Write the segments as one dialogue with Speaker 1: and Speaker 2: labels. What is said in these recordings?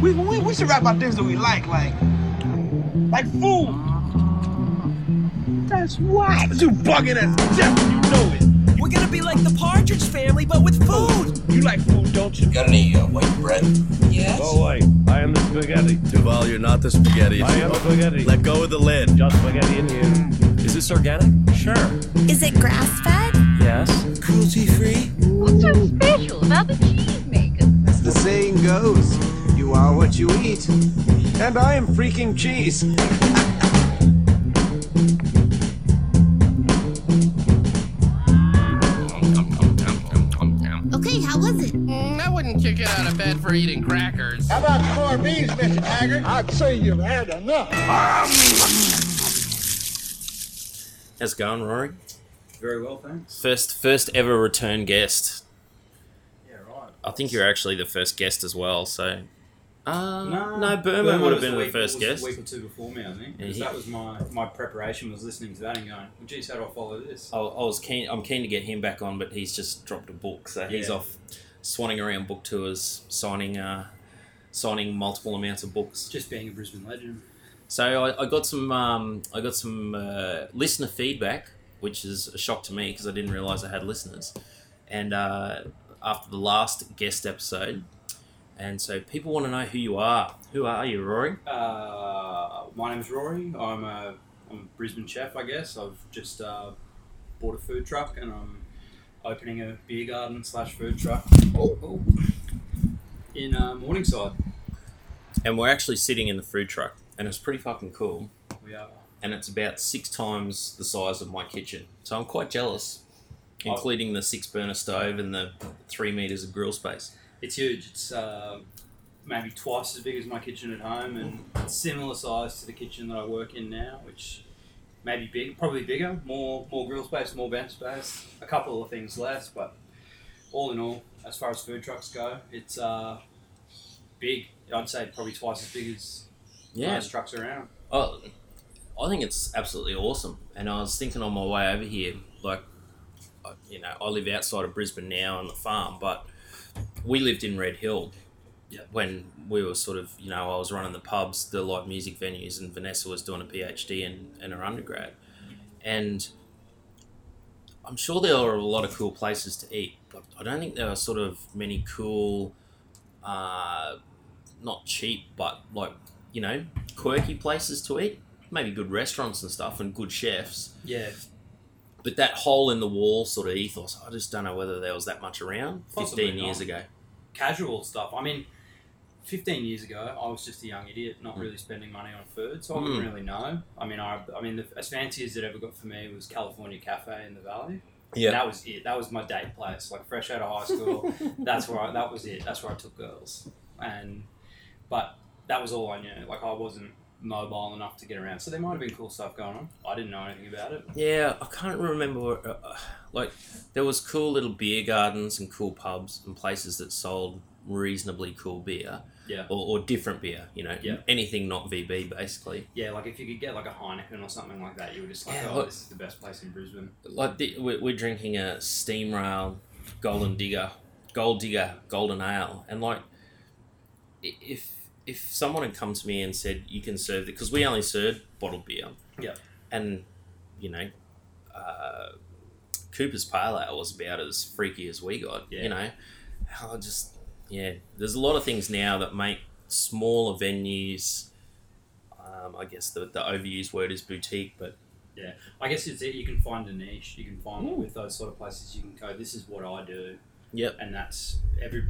Speaker 1: We, we, we should rap about things that we like, like like food.
Speaker 2: That's what.
Speaker 1: You bugging us, Jeff, you know it.
Speaker 3: We're gonna be like the Partridge Family, but with food.
Speaker 1: You like food, don't you?
Speaker 4: Got any uh, white bread?
Speaker 3: Yes.
Speaker 5: Go away. I am the spaghetti.
Speaker 6: Duval, you're not the spaghetti.
Speaker 5: I am spaghetti.
Speaker 6: Let go of the lid.
Speaker 5: Just spaghetti in here.
Speaker 7: Is this organic?
Speaker 5: Sure.
Speaker 8: Is it grass fed?
Speaker 7: Yes.
Speaker 4: Cruelty free?
Speaker 9: What's so special about the cheese maker?
Speaker 2: As the saying goes, you are what you eat. And I am freaking cheese.
Speaker 8: Okay, how was it?
Speaker 10: Mm, I wouldn't kick it out of bed for eating crackers.
Speaker 11: How about corned beans, Mr. Haggard? I'd say you've had enough.
Speaker 7: How's it going, Rory?
Speaker 12: Very well, thanks.
Speaker 7: First, first ever return guest.
Speaker 12: Yeah, right.
Speaker 7: I think you're actually the first guest as well. So, uh, no,
Speaker 12: No,
Speaker 7: Burma would have
Speaker 12: was
Speaker 7: been
Speaker 12: a
Speaker 7: the
Speaker 12: week-
Speaker 7: first
Speaker 12: was a
Speaker 7: guest.
Speaker 12: week or two before me, I think. 'cause
Speaker 7: Yeah, he-
Speaker 12: that was my, my preparation was listening to that and going, well, geez, how do I follow this?
Speaker 7: I, I was keen. I'm keen to get him back on, but he's just dropped a book, so he's
Speaker 12: Yeah.
Speaker 7: off swanning around book tours, signing, uh, signing multiple amounts of books.
Speaker 12: Just being a Brisbane legend.
Speaker 7: So I, I got some um, I got some uh, listener feedback, which is a shock to me because I didn't realise I had listeners. And uh, after the last guest episode, and so people want to know who you are. Who are you, Rory?
Speaker 12: Uh, my name's Rory. I'm a, I'm a Brisbane chef, I guess. I've just uh, bought a food truck and I'm opening a beer garden slash food truck in uh, Morningside.
Speaker 7: And we're actually sitting in the food truck, and it's pretty fucking cool.
Speaker 12: We are.
Speaker 7: And it's about six times the size of my kitchen, so I'm quite jealous, including the six burner stove and the three meters of grill space.
Speaker 12: It's huge. It's uh, maybe twice as big as my kitchen at home, and similar size to the kitchen that I work in now, which may be big, probably bigger, more more grill space, more bench space, a couple of things less, but all in all, as far as food trucks go, it's uh, big. I'd say probably twice as big as
Speaker 7: Yeah,
Speaker 12: most trucks around.
Speaker 7: Oh, I think it's absolutely awesome. And I was thinking on my way over here, like, I- you know, I live outside of Brisbane now on the farm, but we lived in Red Hill.
Speaker 12: Yep.
Speaker 7: When we were sort of, you know, I was running the pubs, the live music venues, and Vanessa was doing a PhD in, in her undergrad. And I'm sure there are a lot of cool places to eat, but I don't think there are sort of many cool, uh, not cheap, but like, you know, quirky places to eat. Maybe good restaurants and stuff and good chefs.
Speaker 12: Yeah,
Speaker 7: But that hole in the wall sort of ethos, I just don't know whether there was that much around 15
Speaker 12: Possibly
Speaker 7: years
Speaker 12: not.
Speaker 7: ago.
Speaker 12: casual stuff. I mean, 15 years ago, I was just a young idiot, not really spending money on food, so I wouldn't
Speaker 7: Mm.
Speaker 12: really know. I mean, I, I mean, the, as fancy as it ever got for me was California Cafe in the Valley. that was it. That was my date place. Like fresh out of high school, that's where I, that was it. That's where I took girls, and but that was all I knew. Like I wasn't mobile enough to get around, so there might have been cool stuff going on. I didn't know anything about it.
Speaker 7: Yeah, I can't remember. uh, Uh, like, there was cool little beer gardens and cool pubs and places that sold reasonably cool beer
Speaker 12: Yeah,
Speaker 7: or, or different beer. You know,
Speaker 12: Yeah.
Speaker 7: anything not VB basically.
Speaker 12: yeah. Like if you could get like a Heineken or something like that, you were just like,
Speaker 7: Yeah,
Speaker 12: oh,
Speaker 7: look-
Speaker 12: this is the best place in Brisbane.
Speaker 7: Like the, we're, we're drinking a steam rail, golden digger, gold digger, golden ale, and like i- if if someone had come to me and said you can serve it because we only served bottled beer.
Speaker 12: Yeah.
Speaker 7: and you know, uh, Cooper's Pale Ale was about as freaky as we got.
Speaker 12: Yeah.
Speaker 7: You know, I just yeah. There's a lot of things now that make smaller venues. Um, I guess the the overused word is boutique, but
Speaker 12: I guess it's it. You can find a niche. You can find
Speaker 7: Mm.
Speaker 12: with those sort of places. You can go. This is what I do.
Speaker 7: Yep.
Speaker 12: And that's every.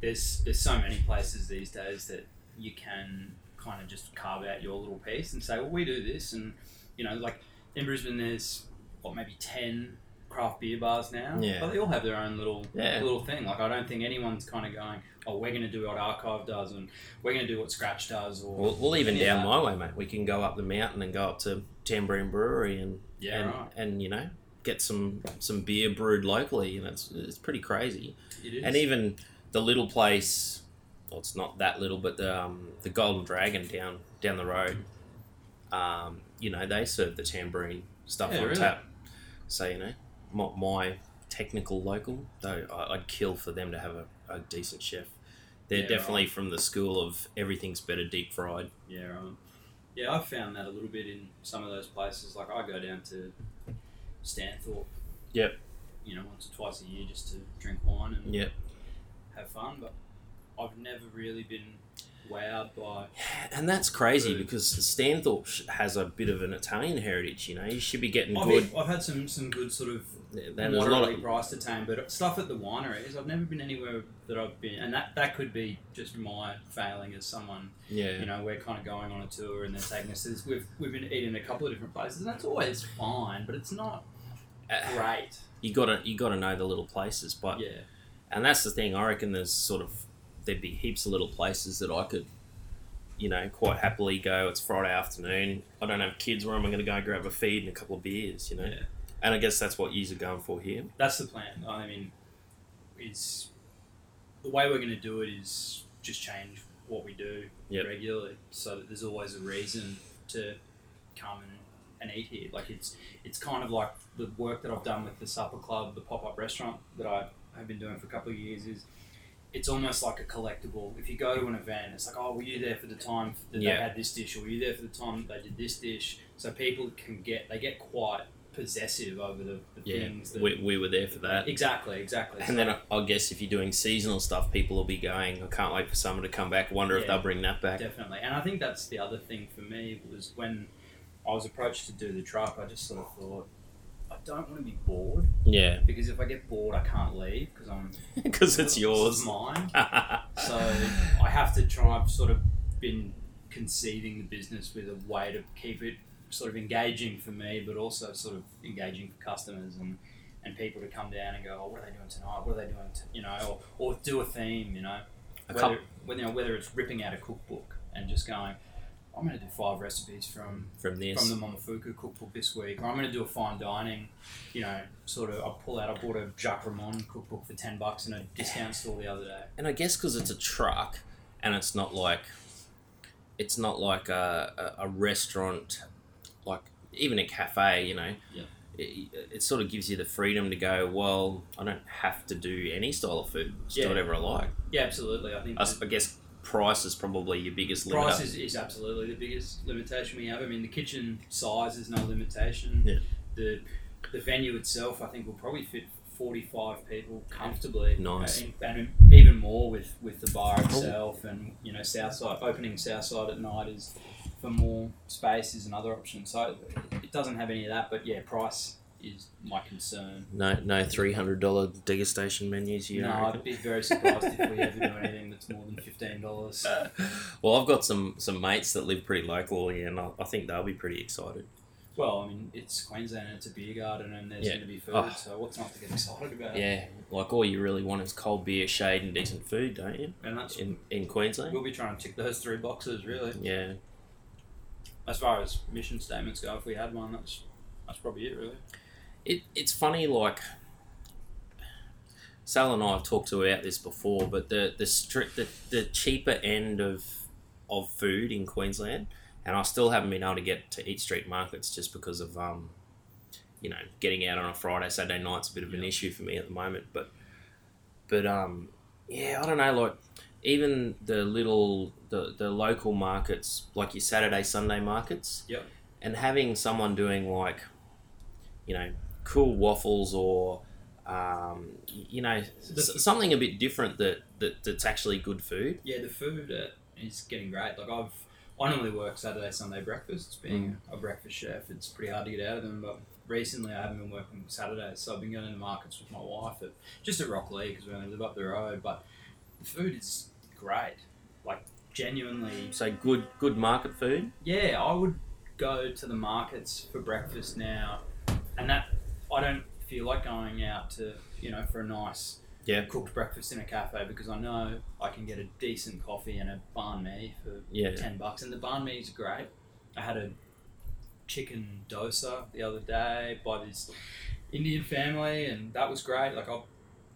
Speaker 12: There's there's so many places these days that you can kind of just carve out your little piece and say, well, we do this, and you know, like in Brisbane, there's what maybe ten craft beer bars now.
Speaker 7: Yeah.
Speaker 12: But they all have their own little
Speaker 7: Yeah.
Speaker 12: little thing. Like I don't think anyone's kind of going, oh, we're going to do what Archive does, and we're going to do what Scratch does, or
Speaker 7: Well, well even
Speaker 12: Yeah.
Speaker 7: down my way, mate. We can go up the mountain and go up to Tambourine Brewery and
Speaker 12: Yeah,
Speaker 7: and,
Speaker 12: right.
Speaker 7: and you know get some some beer brewed locally, and it's it's pretty crazy.
Speaker 12: it is.
Speaker 7: And even the little place, well, it's not that little, but the um, the Golden Dragon down down the road, um, you know, they serve the tambourine stuff
Speaker 12: Yeah,
Speaker 7: on
Speaker 12: really?
Speaker 7: tap. So you know, my, my technical local, though I, I'd kill for them to have a, a decent chef They're
Speaker 12: Yeah,
Speaker 7: definitely
Speaker 12: right.
Speaker 7: from the school of everything's better deep fried.
Speaker 12: Yeah, right. Yeah, I found that a little bit in some of those places. Like I go down to Stanthorpe.
Speaker 7: Yep.
Speaker 12: You know, once or twice a year just to drink wine and
Speaker 7: Yep.
Speaker 12: have fun. But I've never really been wowed by.
Speaker 7: And that's crazy
Speaker 12: Food.
Speaker 7: because Stanthorpe sh- has a bit of an Italian heritage. You know, you should be getting
Speaker 12: I've,
Speaker 7: good.
Speaker 12: had- I've had some some good sort of
Speaker 7: That is a lot
Speaker 12: moderately
Speaker 7: of,
Speaker 12: priced attain, but stuff at the wineries. I've never been anywhere that I've been, and that that could be just my failing as someone
Speaker 7: yeah.
Speaker 12: you know, we're kind of going on a tour and they're taking us to this. We've, we've been eating at a couple of different places and that's always fine, but it's not
Speaker 7: Ah.
Speaker 12: great.
Speaker 7: you gotta you gotta know the little places, but
Speaker 12: Yeah.
Speaker 7: and that's the thing. I reckon there's sort of there'd be heaps of little places that I could, you know, quite happily go. It's Friday afternoon. I don't have kids. Where am I going to go grab a feed and a couple of beers? You know,
Speaker 12: Yeah.
Speaker 7: and I guess that's what yous are going for here.
Speaker 12: That's the plan. I mean, is the way we're going to do it is just change what we do
Speaker 7: Yep.
Speaker 12: regularly so that there's always a reason to come and, and eat here. Like it's it's kind of like the work that I've done with the supper club, the pop up restaurant that I have been doing for a couple of years is it's almost like a collectible. If you go to an event, it's like, oh, were you there for the time that
Speaker 7: Yeah.
Speaker 12: they had this dish, or were you there for the time that they did this dish? So people can get they get quite possessive over the, the things that
Speaker 7: we, we were there for that.
Speaker 12: Exactly, exactly.
Speaker 7: And then I, I guess if you're doing seasonal stuff, people will be going. I can't wait for summer to come back. Wonder if
Speaker 12: Yeah.
Speaker 7: they'll bring that back.
Speaker 12: definitely, and I think that's the other thing for me was when I was approached to do the truck, I just sort of thought, I don't want to be bored
Speaker 7: Yeah,
Speaker 12: because if I get bored, I can't leave because I'm
Speaker 7: because it's
Speaker 12: This is
Speaker 7: yours.
Speaker 12: mine.
Speaker 7: yeah,
Speaker 12: So I have to try. I've sort of been conceiving the business with a way to keep it sort of engaging for me, but also sort of engaging for customers and. And people to come down and go, oh, what are they doing tonight? What are they doing? T-? You know, or, or do a theme. You know,
Speaker 7: A
Speaker 12: whether,
Speaker 7: couple-
Speaker 12: whether, you know, whether it's ripping out a cookbook and just going, I'm going to do five recipes from
Speaker 7: From this.
Speaker 12: from the Momofuku cookbook this week, or I'm going to do a fine dining, you know, sort of. I pull out. I bought a Jacques Ramon cookbook for ten bucks in a discount store the other day.
Speaker 7: and I guess because it's a truck, and it's not like, it's not like a, a, a restaurant, like even a cafe. You know,
Speaker 12: Yeah.
Speaker 7: it, it sort of gives you the freedom to go. Well, I don't have to do any style of food. Just
Speaker 12: Yeah.
Speaker 7: do whatever I like.
Speaker 12: Yeah, absolutely. I think
Speaker 7: I, s- I guess price is probably your biggest
Speaker 12: the
Speaker 7: limiter.
Speaker 12: price is, is absolutely the biggest limitation we have. I mean, the kitchen size is no limitation.
Speaker 7: Yeah.
Speaker 12: The the venue itself, I think, will probably fit. 45 people comfortably
Speaker 7: Nice.
Speaker 12: I think, and even more with with the bar itself and you know Southside opening Southside at night is for more space is another option so it doesn't have any of that but yeah price is my concern
Speaker 7: No, no, three hundred dollar degustation menus. You
Speaker 12: no
Speaker 7: know.
Speaker 12: I'd be very surprised if we ever do anything that's more than $15
Speaker 7: Well, I've got some some mates that live pretty locally, and I, I think they'll be pretty excited.
Speaker 12: Well, I mean, it's Queensland, it's a beer garden, and there's
Speaker 7: Yeah.
Speaker 12: going to be food,
Speaker 7: Oh.
Speaker 12: so what's not to get excited about?
Speaker 7: Yeah, like all you really want is cold beer, shade, and decent food, don't you?
Speaker 12: And that's,
Speaker 7: In in
Speaker 12: we'll
Speaker 7: Queensland.
Speaker 12: be trying to tick those three boxes, really.
Speaker 7: Yeah,
Speaker 12: As far as mission statements go, if we had one, that's that's probably it, really.
Speaker 7: it it's funny. Like Sal and I have talked about this before, but the the strict the, the cheaper end of of food in Queensland, and I still haven't been able to get to eat street markets just because of um, you know, getting out on a Friday Saturday night's a bit of an issue for me at the moment, but but um, yeah, I don't know, like. Even the little the, the local markets, like your Saturday Sunday markets,
Speaker 12: Yep.
Speaker 7: and having someone doing like you know cool waffles or um, y- you know s- something a bit different that, that that's actually good food
Speaker 12: Yeah, the food uh, is getting great. Like, I've, I normally work Saturday, Sunday breakfasts, being
Speaker 7: Mm.
Speaker 12: a breakfast chef. It's pretty hard to get out of them, but recently I haven't been working Saturdays, so I've been going to the markets with my wife at just at Rocklea because we only live up the road, but the food is great. Like, genuinely
Speaker 7: so good good market food
Speaker 12: Yeah, I would go to the markets for breakfast now, and that I don't feel like going out to you know for a nice
Speaker 7: Yeah.
Speaker 12: cooked breakfast in a cafe because I know I can get a decent coffee and a banh mi for
Speaker 7: Yeah.
Speaker 12: ten bucks, and the banh mi is great. I had a chicken dosa the other day by this Indian family, and that was great. Like I'll,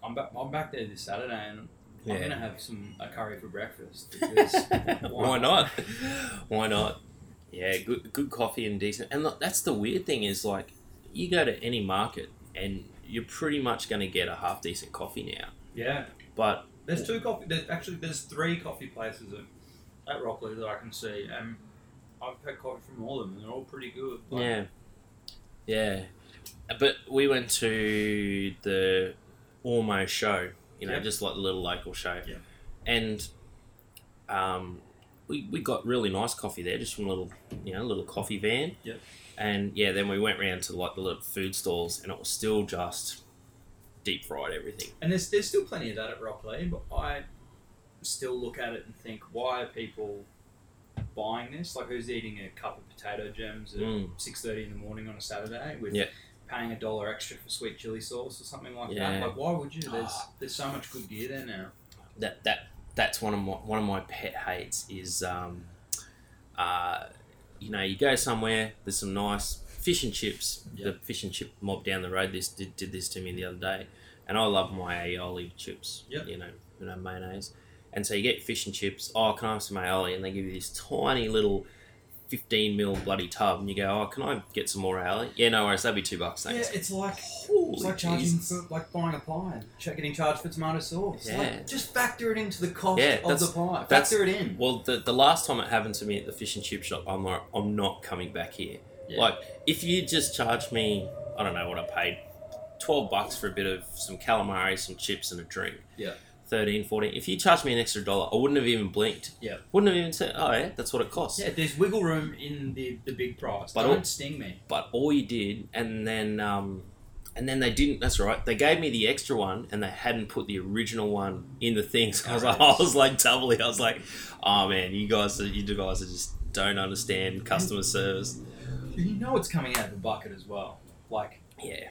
Speaker 12: I'm back, I'm back there this Saturday, and
Speaker 7: Yeah.
Speaker 12: I'm gonna have some a curry for breakfast. Because
Speaker 7: why not why not yeah good good coffee and decent and look, that's the weird thing is like you go to any market and you're pretty much going to get a half decent coffee now
Speaker 12: Yeah.
Speaker 7: but
Speaker 12: There's two coffee. There's actually there's three coffee places at, at Rockley that I can see, and I've had coffee from all of them, and they're all pretty good. Like,
Speaker 7: Yeah. Yeah. But we went to the Ormo show, you know,
Speaker 12: Yep.
Speaker 7: just like the little local show.
Speaker 12: Yep.
Speaker 7: And um, we, we got really nice coffee there, just from a little, you know, little coffee van.
Speaker 12: Yep.
Speaker 7: And yeah, then we went round to like the little food stalls and it was still just deep fried everything.
Speaker 12: And there's there's still plenty of that at Rockley, but I still look at it and think, why are people buying this? Like, who's eating a cup of potato gems at
Speaker 7: Mm.
Speaker 12: six thirty in the morning on a Saturday with
Speaker 7: Yeah.
Speaker 12: paying a dollar extra for sweet chili sauce or something like
Speaker 7: Yeah. Ah.
Speaker 12: that? Like, why would you? There's there's so much good gear there now.
Speaker 7: That that that's one of my one of my pet hates is um, uh, you know, you go somewhere, there's some nice fish and chips.
Speaker 12: Yeah.
Speaker 7: The fish and chip mob down the road this did, did this to me the other day. And I love my aioli chips.
Speaker 12: Yep.
Speaker 7: You know, you know, mayonnaise. And so you get fish and chips, oh can I have some aioli? And they give you this tiny little fifteen mil bloody tub and you go, Oh, can I get some more aioli? Yeah, no worries, that'd be two bucks, thanks.
Speaker 12: it's like
Speaker 7: Holy
Speaker 12: It's like charging
Speaker 7: Jesus.
Speaker 12: for like buying a pie and ch- getting charged for tomato sauce.
Speaker 7: Yeah.
Speaker 12: Like, just factor it into the cost
Speaker 7: Yeah,
Speaker 12: of
Speaker 7: that's-
Speaker 12: the pie.
Speaker 7: that's-
Speaker 12: Factor it in.
Speaker 7: Well, the, the last time it happened to me at the fish and chip shop, I'm like, I'm not coming back here.
Speaker 12: Yeah.
Speaker 7: Like, if you just charge me, I don't know what I paid, 12 bucks for a bit of some calamari, some chips, and a drink.
Speaker 12: Yeah.
Speaker 7: 13, 14. If you charged me an extra dollar, I wouldn't have even blinked.
Speaker 12: Yeah.
Speaker 7: Wouldn't have even said, oh, yeah, that's what it costs.
Speaker 12: Yeah, there's wiggle room in the, the big price.
Speaker 7: But
Speaker 12: Don't
Speaker 7: all-
Speaker 12: sting me.
Speaker 7: But all you did, and then, um, and then they didn't. That's right. They gave me the extra one, and they hadn't put the original one in the thing. So I was like, I was like doubly. I was like, oh man, you guys, are, you guys are just don't understand customer service.
Speaker 12: You know it's coming out of a bucket as well. Like
Speaker 7: yeah,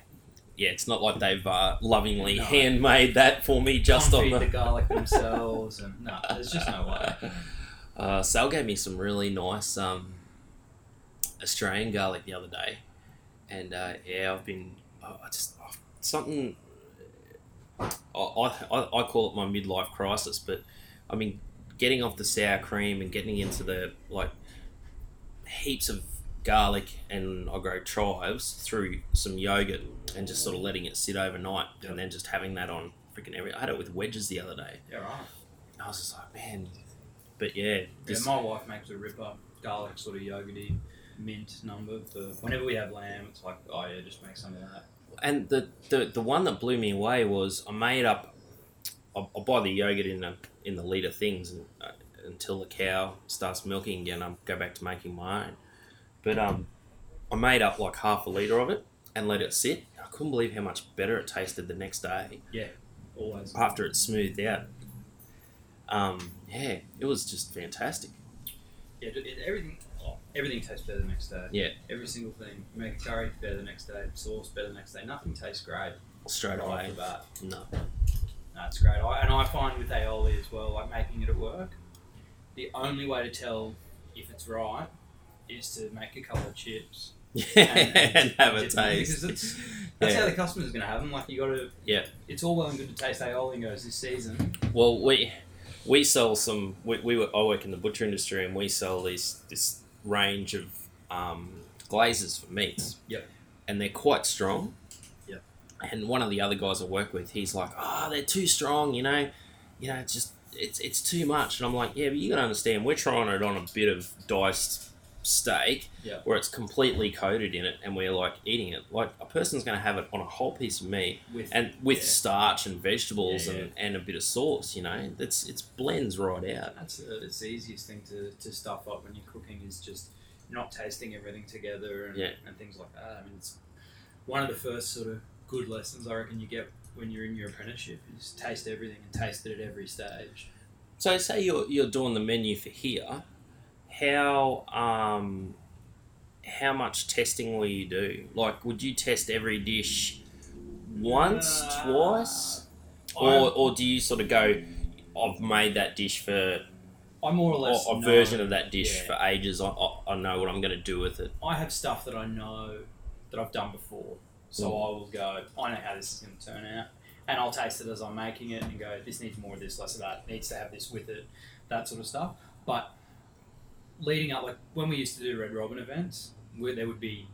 Speaker 7: yeah. It's not like they've uh, lovingly
Speaker 12: No.
Speaker 7: handmade that for me just on
Speaker 12: can't feed the
Speaker 7: the.
Speaker 12: garlic themselves and no, there's just no way.
Speaker 7: Uh, Sal gave me some really nice um, Australian garlic the other day, and uh, yeah, I've been I I just I- something. I, I, I call it my midlife crisis, but I mean, getting off the sour cream and getting into the like heaps of garlic and I grow chives through some yogurt and just sort of letting it sit overnight and then just having that on freaking every. I had it with wedges the other day.
Speaker 12: Yeah, right.
Speaker 7: And I was just like, man, but yeah,
Speaker 12: Yeah,
Speaker 7: just,
Speaker 12: my wife makes a ripper garlic sort of yogurty mint number for whenever we have lamb, it's like, oh yeah, just make some of that.
Speaker 7: and the, the the one that blew me away was I made up. I, I buy the yogurt in the in the liter things and, uh, until the cow starts milking again. I go back to making my own, but um, I made up like half a liter of it and let it sit. I couldn't believe how much better it tasted the next day
Speaker 12: Yeah. Always.
Speaker 7: after it smoothed out. Um, yeah, it was just fantastic.
Speaker 12: Yeah, it, it- everything oh, everything tastes better the next day.
Speaker 7: Yeah.
Speaker 12: Every single thing. You make a curry better the next day, sauce better the next day. Nothing tastes great
Speaker 7: Straight
Speaker 12: right off
Speaker 7: away,
Speaker 12: the bat.
Speaker 7: no.
Speaker 12: No, it's great. I, and I find with aioli as well, like making it at work, the only way to tell if it's right is to make a couple of chips.
Speaker 7: Yeah,
Speaker 12: And-
Speaker 7: and have a
Speaker 12: Because
Speaker 7: taste.
Speaker 12: it's- That's
Speaker 7: Yeah.
Speaker 12: how the customer's going to have them. Like, you got to.
Speaker 7: Yeah.
Speaker 12: It's all well and good to taste aioli and goes this season.
Speaker 7: Well, we we sell some. We, we I work in the butcher industry, and we sell these this range of um, glazes for meats.
Speaker 12: Yep.
Speaker 7: And they're quite strong.
Speaker 12: Yep.
Speaker 7: And one of the other guys I work with, he's like, "Oh, they're too strong," you know. You know, it's just it's it's too much, and I'm like, "Yeah, but you gotta understand, we're trying it on a bit of diced steak,
Speaker 12: Yep.
Speaker 7: where it's completely coated in it, and we're like eating it. Like a person's gonna have it on a whole piece of meat."
Speaker 12: With,
Speaker 7: and with
Speaker 12: Yeah.
Speaker 7: starch and vegetables
Speaker 12: Yeah, yeah.
Speaker 7: And, and a bit of sauce you know it's it's blends right out
Speaker 12: That's uh, it's the easiest thing to, to stuff up when you're cooking is just not tasting everything together and,
Speaker 7: Yeah.
Speaker 12: and things like that. I mean, it's one of the first sort of good lessons I reckon you get when you're in your apprenticeship is taste everything and taste it at every stage.
Speaker 7: so say you're you're doing the menu for here how um how much testing will you do like would you test every dish once
Speaker 12: Uh,
Speaker 7: twice or
Speaker 12: I'm-
Speaker 7: or do you sort of go I've made that dish for
Speaker 12: I more or
Speaker 7: or
Speaker 12: less
Speaker 7: a
Speaker 12: know-
Speaker 7: version of that dish
Speaker 12: yeah.
Speaker 7: for ages. I, I, I know what I'm going to do with it.
Speaker 12: I have stuff that I know that I've done before, so I will go. I know how this is going to turn out, and I'll taste it as I'm making it and go. This needs more of this, less of that. Needs to have this with it, that sort of stuff. But leading up, like when we used to do Red Robin events, where there would be,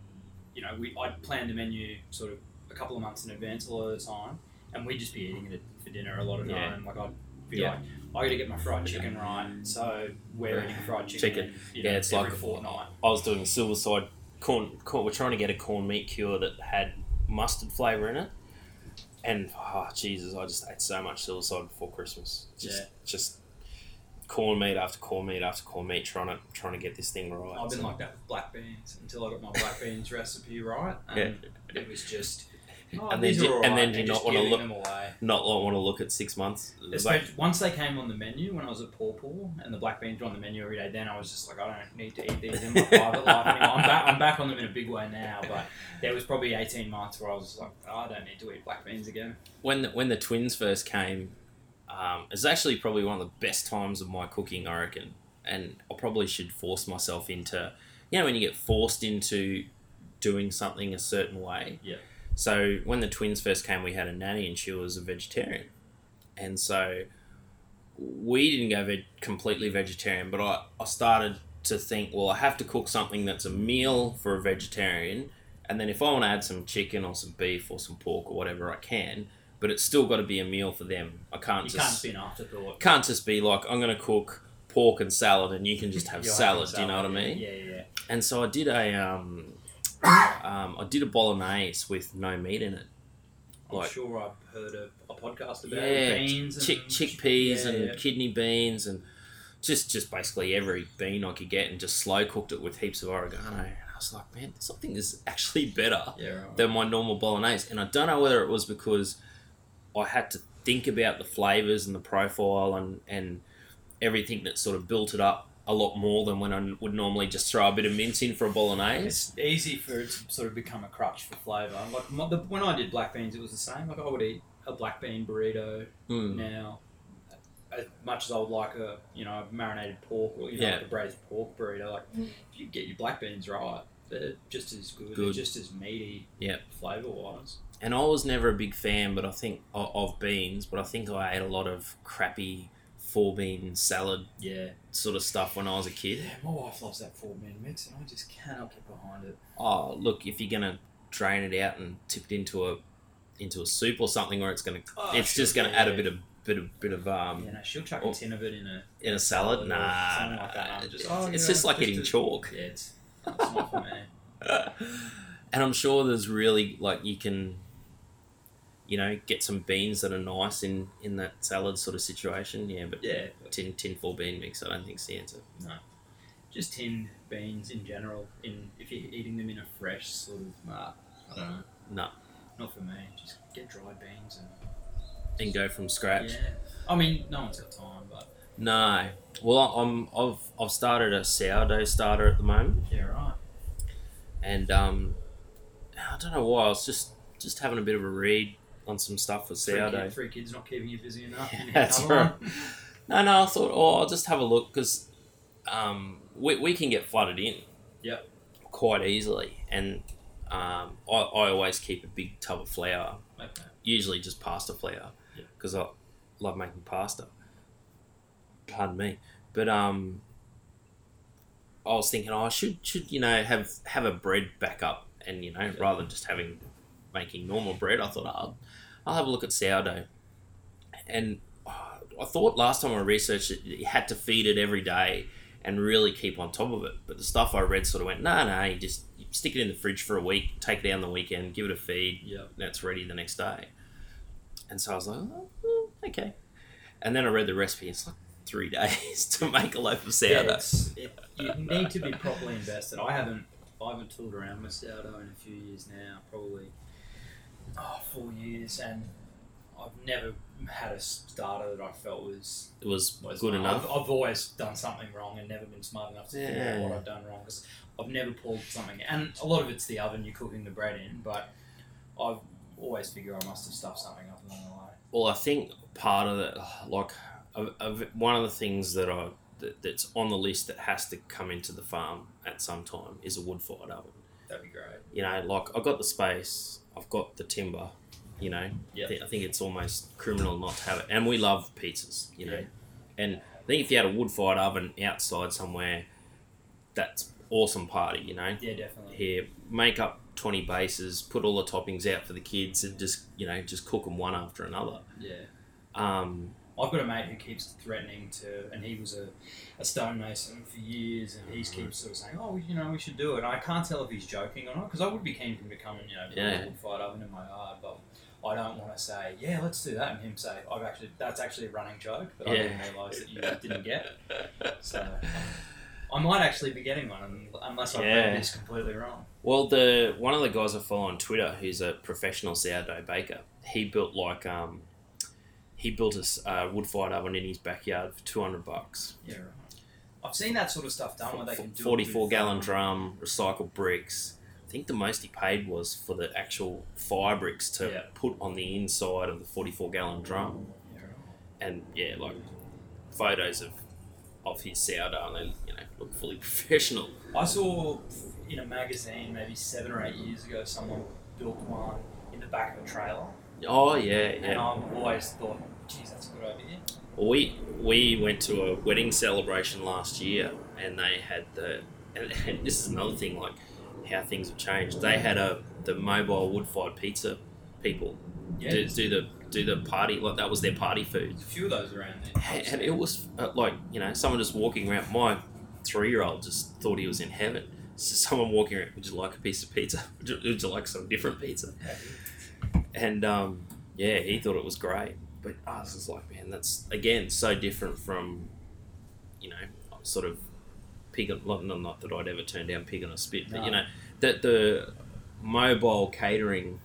Speaker 12: you know, we I'd plan the menu sort of a couple of months in advance a lot of the time, and we'd just be eating it for dinner a lot of the
Speaker 7: Yeah.
Speaker 12: time. Like I'd be
Speaker 7: Yeah.
Speaker 12: like, I got to get my fried chicken right, so we're eating fried chicken.
Speaker 7: Chicken.
Speaker 12: you know,
Speaker 7: Yeah, it's
Speaker 12: every
Speaker 7: like-
Speaker 12: fortnight.
Speaker 7: I was doing Silverside corn, corn. We're trying to get a corn meat cure that had mustard flavour in it, and oh Jesus, I just ate so much Silverside before Christmas. Just,
Speaker 12: Yeah.
Speaker 7: just corn meat after corn meat after corn meat, trying to trying to get this thing right.
Speaker 12: I've been
Speaker 7: So-
Speaker 12: like that with black beans until I got my black beans recipe right, and it was just. Oh,
Speaker 7: And then
Speaker 12: these
Speaker 7: do-
Speaker 12: are all
Speaker 7: and then
Speaker 12: right,
Speaker 7: do
Speaker 12: and
Speaker 7: not
Speaker 12: just
Speaker 7: wanna
Speaker 12: giving
Speaker 7: look-
Speaker 12: them away.
Speaker 7: not want to look at six months. It was like,
Speaker 12: Especially once they came on the menu when I was at Paw Paw and the black beans were on the menu every day, then I was just like, I don't need to eat these in my private life anymore. I'm back, I'm back on them in a big way now, but there was probably 18 months where I was just like, "Oh, I don't need to eat black beans again.
Speaker 7: when the, when the twins first came, um, it's actually probably one of the best times of my cooking, I reckon. And I probably should force myself into, you know, when you get forced into doing something a certain way.
Speaker 12: Yeah.
Speaker 7: So when the twins first came, we had a nanny and she was a vegetarian, and so we didn't go veg- completely vegetarian. But I, I started to think, well, I have to cook something that's a meal for a vegetarian, and then if I want to add some chicken or some beef or some pork or whatever, I can. But it's still got to be a meal for them. I can't
Speaker 12: You
Speaker 7: just
Speaker 12: can't be an afterthought.
Speaker 7: can't just be like I'm going to cook pork and salad, and you can just have
Speaker 12: You're
Speaker 7: salad.
Speaker 12: having
Speaker 7: Do you know what I
Speaker 12: salad,
Speaker 7: mean?
Speaker 12: Yeah, yeah, yeah.
Speaker 7: and so I did a um, um, I did a bolognese with no meat in it,
Speaker 12: I'm
Speaker 7: like
Speaker 12: Oh, sure I've heard of a podcast about
Speaker 7: yeah,
Speaker 12: beans and
Speaker 7: chick chickpeas
Speaker 12: yeah,
Speaker 7: and
Speaker 12: yeah.
Speaker 7: kidney beans and just just basically every bean I could get and just slow cooked it with heaps of oregano. And I was like, man, something is actually better
Speaker 12: Yeah, right.
Speaker 7: than my normal bolognese. And I don't know whether it was because I had to think about the flavors and the profile and and everything that sort of built it up a lot more than when I would normally just throw a bit of mince in for a bolognese.
Speaker 12: It's easy for it to sort of become a crutch for flavour. Like my, the, when I did black beans, it was the same. Like I would eat a black bean burrito
Speaker 7: Mm.
Speaker 12: now, as much as I would like a you know a marinated pork or you know
Speaker 7: Yeah.
Speaker 12: like a braised pork burrito. Like if you get your black beans right, they're just as good. They're
Speaker 7: Good.
Speaker 12: just as meaty.
Speaker 7: Yeah.
Speaker 12: Flavour wise,
Speaker 7: and I was never a big fan, but I think of, of beans. But I think I ate a lot of crappy four bean salad
Speaker 12: yeah.
Speaker 7: sort of stuff when I was a kid.
Speaker 12: Yeah, my wife loves that four man mix, and I just cannot get behind it.
Speaker 7: Oh, look, if you're gonna drain it out and tip it into a into a soup or something, where it's gonna
Speaker 12: Oh,
Speaker 7: it's
Speaker 12: sure,
Speaker 7: just gonna
Speaker 12: yeah,
Speaker 7: add
Speaker 12: yeah.
Speaker 7: a bit of bit of bit of um
Speaker 12: Yeah, no, she'll chuck
Speaker 7: Oh.
Speaker 12: a tin of it in a
Speaker 7: in a salad.
Speaker 12: or
Speaker 7: nah,
Speaker 12: something like that, and
Speaker 7: nah,
Speaker 12: I'm just,
Speaker 7: it's,
Speaker 12: oh,
Speaker 7: it's
Speaker 12: yeah,
Speaker 7: just like
Speaker 12: just
Speaker 7: eating
Speaker 12: a-
Speaker 7: chalk.
Speaker 12: Yeah, it's, it's not for me.
Speaker 7: and I'm sure there's really like you can, you know, get some beans that are nice in in that salad sort of situation. Yeah, but
Speaker 12: Yeah,
Speaker 7: tin tin four bean mix, I don't think's the answer.
Speaker 12: just tinned beans in general. In if you're eating them in a fresh sort of, uh, I don't know,
Speaker 7: No,
Speaker 12: not for me. Just get dried beans and
Speaker 7: and go from scratch.
Speaker 12: yeah. I mean, no one's got time, but
Speaker 7: No, well, I'm I've I've started a sourdough starter at the moment,
Speaker 12: yeah, right.
Speaker 7: and um, I don't know why I was just just having a bit of a read on some stuff for
Speaker 12: Three,
Speaker 7: sourdough.
Speaker 12: kid- three kids not keeping you busy enough.
Speaker 7: Yeah,
Speaker 12: you need
Speaker 7: that's
Speaker 12: another
Speaker 7: right.
Speaker 12: one.
Speaker 7: No, no, I thought, oh, I'll just have a look because um, we, we can get flooded in.
Speaker 12: Yep.
Speaker 7: Quite easily. And um, I, I always keep a big tub of flour,
Speaker 12: Okay.
Speaker 7: usually just pasta flour,
Speaker 12: Yep.
Speaker 7: because I love making pasta. Pardon me. But um, I was thinking, oh, I should, should you know, have, have a bread backup. And, you know, rather than just having making normal bread, I thought, I'll, I'll have a look at sourdough. And uh, I thought last time I researched it, you had to feed it every day and really keep on top of it. But the stuff I read sort of went, no, no, you just you stick it in the fridge for a week, take it out on the weekend, give it a feed,
Speaker 12: Yep.
Speaker 7: and it's ready the next day. And so I was like, oh, well, okay. And then I read the recipe. It's like three days to make a loaf of
Speaker 12: Yeah,
Speaker 7: sourdough.
Speaker 12: it's- it, you need to be properly invested. I haven't, I haven't tooled around with sourdough in a few years now, probably oh, four years, and I've never had a starter that I felt was
Speaker 7: it was,
Speaker 12: was
Speaker 7: good
Speaker 12: my-
Speaker 7: enough.
Speaker 12: I've, I've always done something wrong and never been smart enough to figure out
Speaker 7: Yeah.
Speaker 12: what I've done wrong because I've never pulled something. And a lot of it's the oven you're cooking the bread in, but I've always figured I must have stuffed something up along the way.
Speaker 7: Well, I think part of the like of, of one of the things that I that, that's on the list that has to come into the farm at some time is a wood fired oven.
Speaker 12: That'd be great.
Speaker 7: You know, like I've got the space, I've got the timber. You know,
Speaker 12: Yeah.
Speaker 7: I, thi- I think it's almost criminal not to have it. And we love pizzas, you know,
Speaker 12: Yeah.
Speaker 7: and I think if you had a wood fired oven outside somewhere, that's awesome party. You know,
Speaker 12: Yeah, definitely.
Speaker 7: here, make up 20 bases, put all the toppings out for the kids, and just, you know, just cook them one after another.
Speaker 12: Yeah.
Speaker 7: Um,
Speaker 12: I've got a mate who keeps threatening to, and he was a, a stonemason for years, and
Speaker 7: Mm-hmm.
Speaker 12: he keeps sort of saying, "Oh, you know, we should do it." And I can't tell if he's joking or not because I would be keen for him to come and you know do
Speaker 7: Yeah.
Speaker 12: a wood fight oven in my yard, but I don't want to say, "Yeah, let's do that," and him say, "I've actually that's actually a running joke that I didn't
Speaker 7: Yeah.
Speaker 12: realise that you didn't get." So I might actually be getting one un- unless I've
Speaker 7: Yeah.
Speaker 12: read this completely wrong.
Speaker 7: Well, the one of the guys I follow on Twitter, who's a professional sourdough baker, he built like um, he built a s- uh, wood fired oven in his backyard for two hundred bucks.
Speaker 12: Yeah, right. I've seen that sort of stuff done where Oh, they can do it
Speaker 7: Forty-four
Speaker 12: with,
Speaker 7: gallon
Speaker 12: um,
Speaker 7: drum, recycled bricks. I think the most he paid was for the actual fire bricks to
Speaker 12: Yeah.
Speaker 7: put on the inside of the forty-four gallon drum,
Speaker 12: yeah, right.
Speaker 7: and yeah, like photos of of his sourdough, and they you know look fully professional.
Speaker 12: I saw in a magazine maybe seven or eight years ago someone built one in the back of a trailer,
Speaker 7: Oh yeah, yeah.
Speaker 12: and I've always thought, geez, that's a good idea.
Speaker 7: Well, we we went to a wedding celebration last year, and they had the and, and this is another thing like how things have changed. They had a the mobile wood fired pizza people
Speaker 12: Yeah,
Speaker 7: do,
Speaker 12: there's
Speaker 7: do the do the party like that was their party food,
Speaker 12: a few of those around there.
Speaker 7: and it was uh, like you know someone just walking around. My three year old just thought he was in heaven. So someone walking around, would you like a piece of pizza? Would you, would you like some different pizza? and um, yeah, he thought it was great. But ours is like, man, that's again so different from, you know, sort of pig. on- Not, not, not that I'd ever turn down pig on a spit, but you
Speaker 12: No.
Speaker 7: know that the mobile catering,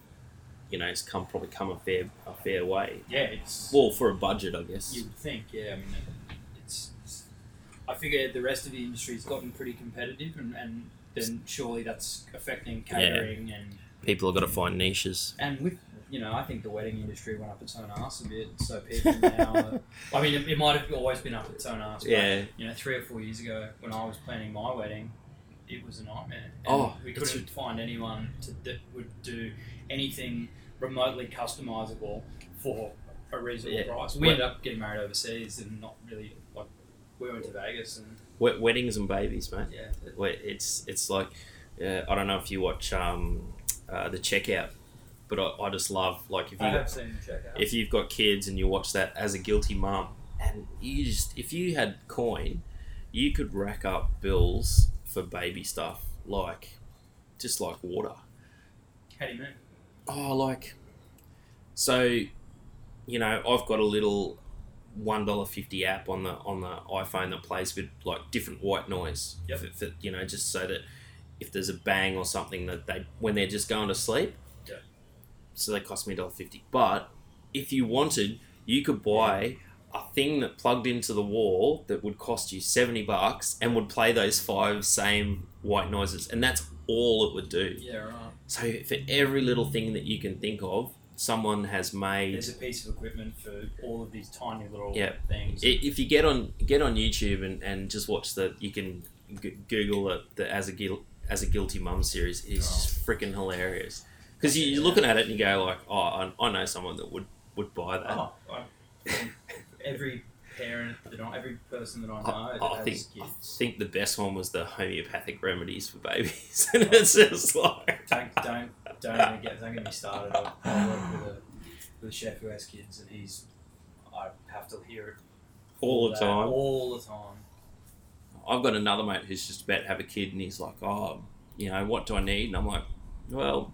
Speaker 7: you know, has come probably come a fair a fair way.
Speaker 12: Yeah, it's
Speaker 7: Well, for a budget, I guess.
Speaker 12: you would think. Yeah, I mean, it's. it's I figure the rest of the industry's gotten pretty competitive, and, and then surely that's affecting catering and
Speaker 7: People have got to find niches.
Speaker 12: And with you know, I think the wedding industry went up its own ass a bit. So people now, are, I mean, it, it might have always been up its own ass. But,
Speaker 7: Yeah.
Speaker 12: You know, three or four years ago, when I was planning my wedding, it was a nightmare. And
Speaker 7: Oh,
Speaker 12: we
Speaker 7: that's
Speaker 12: couldn't find anyone to, that would do anything remotely customizable for a reasonable
Speaker 7: Yeah.
Speaker 12: price.
Speaker 7: Well-
Speaker 12: We ended up getting married overseas and not really like we went to Vegas and
Speaker 7: Wed- weddings and babies, mate.
Speaker 12: yeah, it-
Speaker 7: where it's it's like uh, I don't know if you watch um, uh, the checkout, but I, I just love like if you
Speaker 12: I have seen the checkout.
Speaker 7: if you've got kids and you watch that as a guilty mum, and you just if you had coin, you could rack up bills for baby stuff like just like water.
Speaker 12: How do you mean?
Speaker 7: Oh, like so, you know, I've got a little one dollar fifty app on the on the iPhone that plays with like different white noise.
Speaker 12: Yep.
Speaker 7: For- for- you know, just so that if there's a bang or something that they when they're just going to sleep.
Speaker 12: Yeah.
Speaker 7: So they cost me dollar fifty. But if you wanted, you could buy a thing that plugged into the wall that would cost you seventy bucks and would play those five same white noises, and that's all it would do.
Speaker 12: Yeah, right.
Speaker 7: So for every little thing that you can think of, someone has made.
Speaker 12: There's a piece of equipment for all of these tiny little
Speaker 7: Yeah.
Speaker 12: things.
Speaker 7: I- If you get on get on YouTube and, and just watch the, you can g- Google the, the as a Guil- as a guilty mum series. It's
Speaker 12: Oh.
Speaker 7: just freaking hilarious because you, you're looking at it and you go like, oh, I, I know someone that would would buy that.
Speaker 12: Oh, I- every parent that I, every person that I know
Speaker 7: I,
Speaker 12: that
Speaker 7: I
Speaker 12: has
Speaker 7: think I
Speaker 12: kids,
Speaker 7: think the best one was the homeopathic remedies for babies,
Speaker 12: Oh.
Speaker 7: and it's just like
Speaker 12: don't don't don't even get don't get me started. I, I work with a with a chef who has kids, and he's I have to hear it
Speaker 7: all the
Speaker 12: that
Speaker 7: time.
Speaker 12: all the time.
Speaker 7: I've got another mate who's just about to have a kid, and he's like, "Oh, you know, what do I need?" And I'm like, "Well,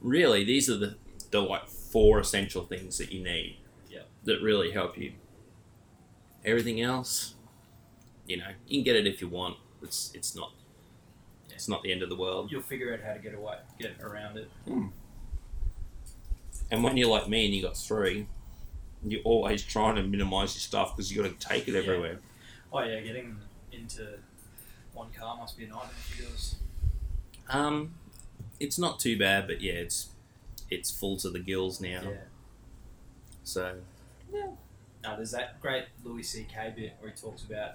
Speaker 7: really, these are the the like four essential things that you need,
Speaker 12: Yeah.
Speaker 7: that really help you. Everything else, you know, you can get it if you want. It's it's not it's not the end of the world.
Speaker 12: You'll figure out how to get away, get around it.
Speaker 7: And when you're like me and you got three, you're always trying to minimize your stuff because you got to take it
Speaker 12: Yeah.
Speaker 7: everywhere.
Speaker 12: Oh yeah, getting into one car must be a nightmare for you guys.
Speaker 7: Um, it's not too bad, but yeah, it's it's full to the gills now.
Speaker 12: Yeah.
Speaker 7: So
Speaker 12: Now, there's that great Louis C.K. bit where he talks about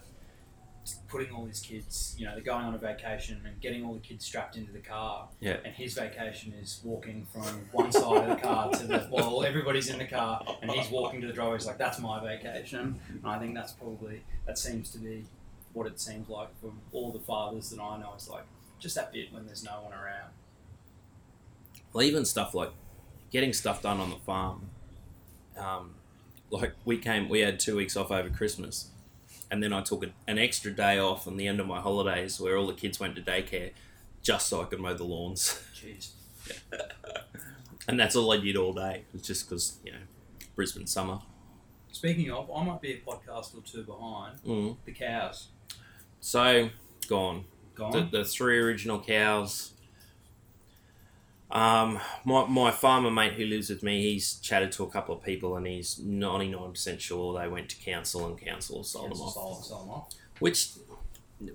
Speaker 12: putting all his kids, you know, they're going on a vacation and getting all the kids strapped into the car.
Speaker 7: Yeah.
Speaker 12: And his vacation is walking from one side of the car to the, while everybody's in the car and he's walking to the driveway. He's like, that's my vacation. And I think that's probably, that seems to be what it seems like from all the fathers that I know. It's like, just that bit when there's no one around.
Speaker 7: Well, even stuff like getting stuff done on the farm. Um, like we came, we had two weeks off over Christmas, and then I took an, an extra day off on the end of my holidays where all the kids went to daycare, just so I could mow the lawns.
Speaker 12: Jeez.
Speaker 7: and that's all I did all day. It's just because you know Brisbane summer.
Speaker 12: Speaking of, I might be a podcast or two behind.
Speaker 7: Mm.
Speaker 12: The cows
Speaker 7: So gone.
Speaker 12: gone.
Speaker 7: The, the three original cows. Um, my, my farmer mate who lives with me, he's chatted to a couple of people and he's 99% sure they went to council and council sold
Speaker 12: Council
Speaker 7: them off.
Speaker 12: sold- sold 'em off.
Speaker 7: Which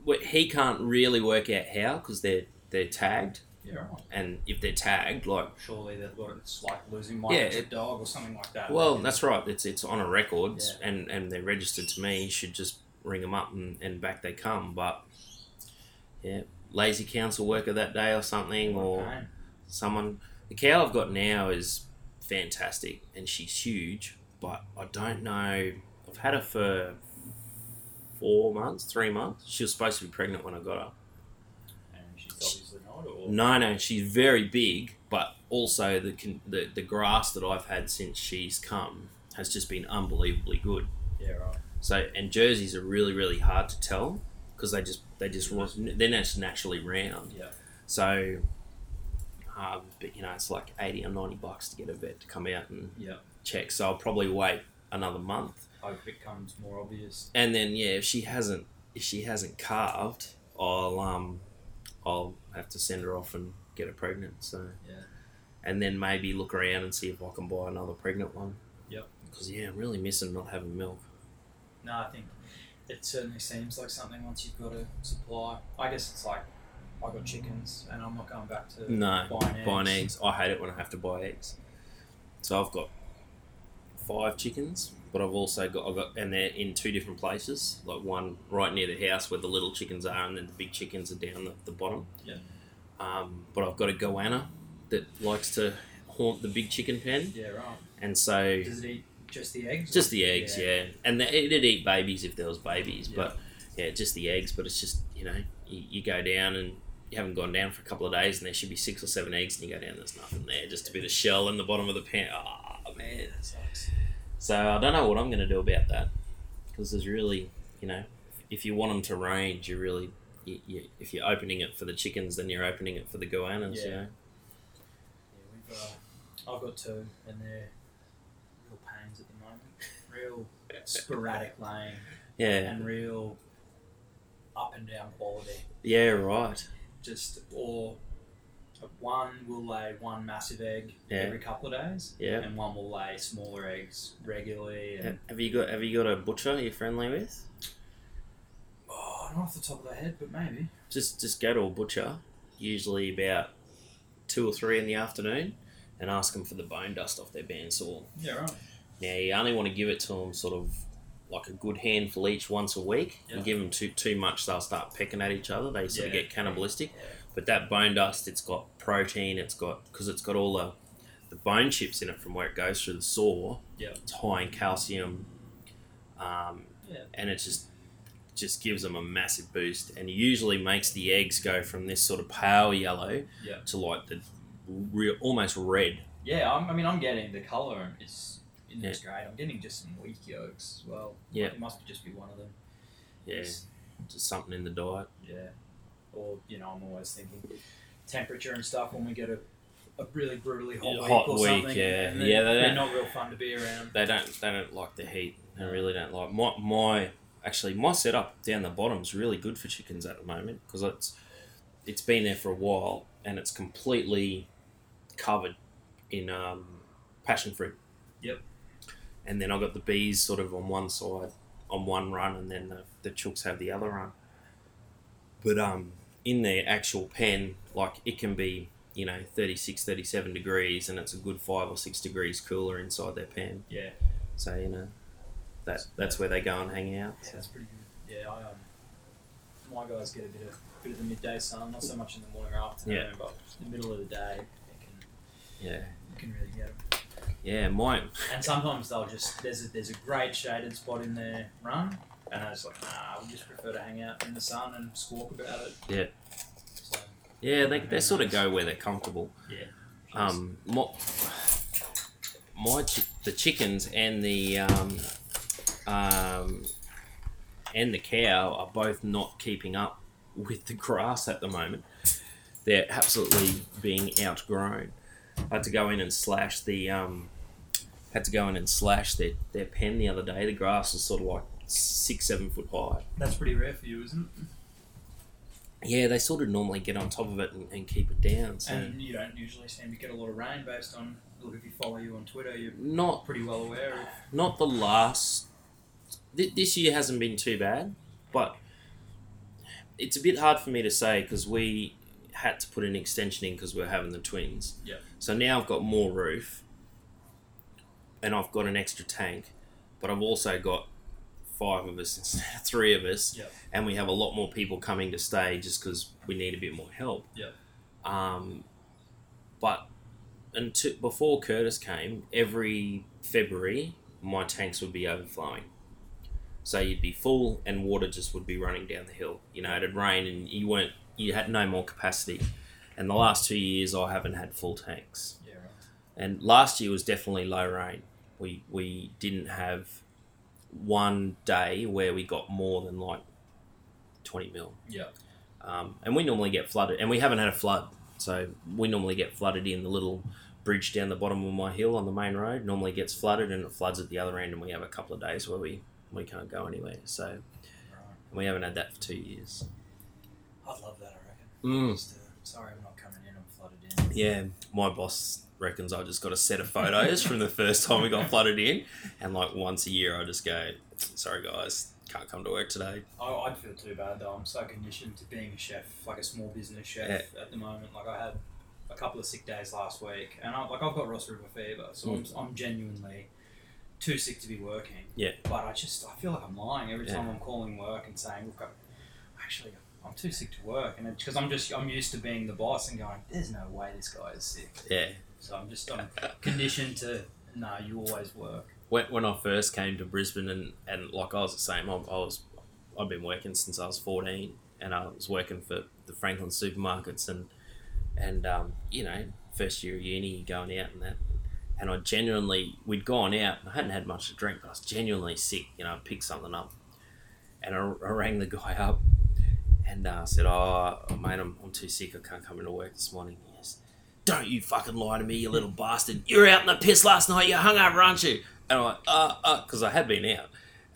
Speaker 7: wh- he can't really work out how because they're, they're tagged.
Speaker 12: Yeah, right.
Speaker 7: And if they're tagged, like,
Speaker 12: Surely they've got it. It's like losing my
Speaker 7: Yeah,
Speaker 12: yeah,
Speaker 7: it-
Speaker 12: dog or something like that.
Speaker 7: well,
Speaker 12: Yeah.
Speaker 7: that's right. It's it's on a record
Speaker 12: Yeah.
Speaker 7: and, and they're registered to me. You should just ring them up and, and back they come. But yeah, lazy council worker that day or something or.
Speaker 12: Okay.
Speaker 7: someone the cow I've got now is fantastic and she's huge, but I don't know I've had her for four months, three months. She was supposed to be pregnant when I got her.
Speaker 12: And she's obviously not. Or
Speaker 7: No, no, she's very big, but also the con- the, the grass that I've had since she's come has just been unbelievably good.
Speaker 12: yeah, right.
Speaker 7: So and jerseys are really really hard to tell because they just they just run- they're just naturally round.
Speaker 12: Yeah.
Speaker 7: So, um, but you know, it's like 80 or 90 bucks to get a vet to come out and
Speaker 12: Yeah.
Speaker 7: check. So I'll probably wait another month.
Speaker 12: Hope it becomes more obvious.
Speaker 7: And then, yeah, if she hasn't, if she hasn't carved, I'll, um, I'll have to send her off and get her pregnant. So,
Speaker 12: Yeah.
Speaker 7: and then maybe look around and see if I can buy another pregnant one.
Speaker 12: Yep.
Speaker 7: Because, yeah, I'm really missing not having milk.
Speaker 12: No, I think it certainly seems like something once you've got a supply. I guess it's like I got chickens and I'm not going back to
Speaker 7: No,
Speaker 12: buying eggs.
Speaker 7: buying eggs. I hate it when I have to buy eggs. So I've got five chickens, but I've also got I've got and they're in two different places. Like one right near the house where the little chickens are, and then the big chickens are down the, the bottom.
Speaker 12: Yeah.
Speaker 7: Um, but I've got a goanna that likes to haunt the big chicken pen,
Speaker 12: Yeah, right.
Speaker 7: and so
Speaker 12: Does it eat just the eggs?
Speaker 7: just
Speaker 12: or-
Speaker 7: the eggs, yeah. And the, it'd eat babies if there was babies,
Speaker 12: Yeah.
Speaker 7: but yeah, just the eggs. But it's just you know you, you go down and you haven't gone down for a couple of days, and there should be six or seven eggs, and you go down, there's nothing there, just a bit of shell in the bottom of the pan. Ah man.
Speaker 12: That sucks.
Speaker 7: So I don't know what I'm going to do about that because there's really you know if you want them to range, you really. You, you, if you're opening it for the chickens, then you're opening it for the goannas.
Speaker 12: Yeah.
Speaker 7: You know?
Speaker 12: Yeah, we've, uh, I've got two, and they're real pains at the moment. Real sporadic laying
Speaker 7: Yeah.
Speaker 12: and real up and down quality.
Speaker 7: Yeah. Right.
Speaker 12: Just or one will lay one massive egg
Speaker 7: Yeah.
Speaker 12: every couple of days,
Speaker 7: Yeah.
Speaker 12: and one will lay smaller eggs regularly. And,
Speaker 7: Have you got Have you got a butcher you're friendly with?
Speaker 12: Oh, not off the top of the head, but maybe.
Speaker 7: just just go to a butcher, usually about two or three in the afternoon, and ask them for the bone dust off their bandsaw.
Speaker 12: Yeah, right.
Speaker 7: Now you only want to give it to them sort of like a good handful each once a week. You
Speaker 12: Yeah.
Speaker 7: give them too too much, they'll start pecking at each other. They sort of
Speaker 12: Yeah.
Speaker 7: get cannibalistic. But that bone dust, it's got protein. It's got because it's got all the the bone chips in it from where it goes through the saw.
Speaker 12: Yeah.
Speaker 7: It's high in calcium. Um,
Speaker 12: Yeah.
Speaker 7: and it just just gives them a massive boost and usually makes the eggs go from this sort of pale yellow
Speaker 12: Yeah.
Speaker 7: to like the real almost red
Speaker 12: Yeah, I'm, I mean, I'm getting the color. It's it looks great. I'm getting just some weak yolks as well.
Speaker 7: Yeah.
Speaker 12: it must just be one of them.
Speaker 7: yeah just something in the diet
Speaker 12: Yeah. Or, you know, I'm always thinking temperature and stuff when we get a, a really brutally hot
Speaker 7: Yeah,
Speaker 12: week
Speaker 7: hot
Speaker 12: or
Speaker 7: week,
Speaker 12: something.
Speaker 7: yeah.
Speaker 12: and they're-
Speaker 7: Yeah, they
Speaker 12: they're
Speaker 7: don't-
Speaker 12: not real fun to be around.
Speaker 7: they don't they don't like the heat they really don't like my my actually my setup down the bottom is really good for chickens at the moment because it's it's been there for a while and it's completely covered in um, passion fruit
Speaker 12: Yep.
Speaker 7: and then I got the bees sort of on one side on one run, and then the, the chooks have the other run. But um, in their actual pen, like it can be you know 36, 37 degrees, and it's a good five or six degrees cooler inside their pen.
Speaker 12: Yeah.
Speaker 7: So you know that that's where they go and hang out.
Speaker 12: Yeah, that's pretty good. Yeah, I, um, my guys get a bit of bit of the midday sun, not so much in the morning or afternoon,
Speaker 7: Yeah.
Speaker 12: but in the middle of the day, you can,
Speaker 7: Yeah,
Speaker 12: you can really get them.
Speaker 7: yeah, my
Speaker 12: And sometimes they'll just, there's a, there's a great shaded spot in their run, and I was like, nah, we just prefer to hang out in the sun and squawk about it.
Speaker 7: Yeah.
Speaker 12: So,
Speaker 7: Um, yeah they, they sort of go where they're comfortable.
Speaker 12: Yeah.
Speaker 7: Um, my, my chi- the chickens and the um, um, and the cow are both not keeping up with the grass at the moment. They're absolutely being outgrown. I had to go in and slash the um, had to go in and slash their, their pen the other day. The grass was sort of like six seven foot high.
Speaker 12: That's pretty rare for you, isn't it?
Speaker 7: Yeah, they sort of normally get on top of it and, and keep it down. So
Speaker 12: And you don't usually seem to get a lot of rain based on. Look, if you follow you on Twitter, you're
Speaker 7: not
Speaker 12: pretty well aware. Of,
Speaker 7: not the last. Th- this year hasn't been too bad, but it's a bit hard for me to say because we had to put an extension in because we are having the twins.
Speaker 12: Yeah.
Speaker 7: So now I've got more roof, and I've got an extra tank, but I've also got five of us instead of three of us,
Speaker 12: Yep.
Speaker 7: and we have a lot more people coming to stay just because we need a bit more help.
Speaker 12: Yep.
Speaker 7: Um, but until before Curtis came, every February my tanks would be overflowing. So you'd be full, and water just would be running down the hill. You know, it'd rain, and you weren't you had no more capacity. And the last two years, I haven't had full tanks.
Speaker 12: yeah, right.
Speaker 7: And last year was definitely low rain. We we didn't have one day where we got more than like twenty mil.
Speaker 12: Yeah.
Speaker 7: Um, and we normally get flooded, and we haven't had a flood, so we normally get flooded in the little bridge down the bottom of my hill on the main road. Normally gets flooded, and it floods at the other end, and we have a couple of days where we we can't go anywhere. So and we haven't had that for two years.
Speaker 12: I'd love that. I reckon.
Speaker 7: Mm.
Speaker 12: Just, uh, sorry, I'm not coming in. I'm flooded in.
Speaker 7: Yeah, my boss reckons I just got a set of photos from the first time we got flooded in, and like once a year I just go, sorry guys, can't come to work today.
Speaker 12: Oh, I'd feel too bad though. I'm so conditioned to being a chef, like a small business chef at the moment. Like I had a couple of sick days last week, and I, like I've got Ross River fever, so I'm, I'm genuinely too sick to be working.
Speaker 7: Mm. Yeah.
Speaker 12: But I just I feel like I'm lying every
Speaker 7: Yeah.
Speaker 12: time I'm calling work and saying, look, I'm, actually I'm too sick to work, and because I'm just I'm used to being the boss and going, there's no way this guy is sick.
Speaker 7: Yeah.
Speaker 12: So I'm just I'm conditioned to no, you always work.
Speaker 7: when, when I first came to Brisbane and, and like I was the same. I, I was I've been working since I was fourteen, and I was working for the Franklin supermarkets and and um, you know first year of uni going out and that. And I genuinely we'd gone out. and I hadn't had much to drink, but I was genuinely sick. You know, I picked something up, and I, I rang the guy up and uh, said, "Oh, mate, I'm, I'm too sick. I can't come into work this morning." He goes, don't you fucking lie to me, you little bastard. You were out in the piss last night. You're hungover, aren't you? And I'm like, uh, uh, because I had been out.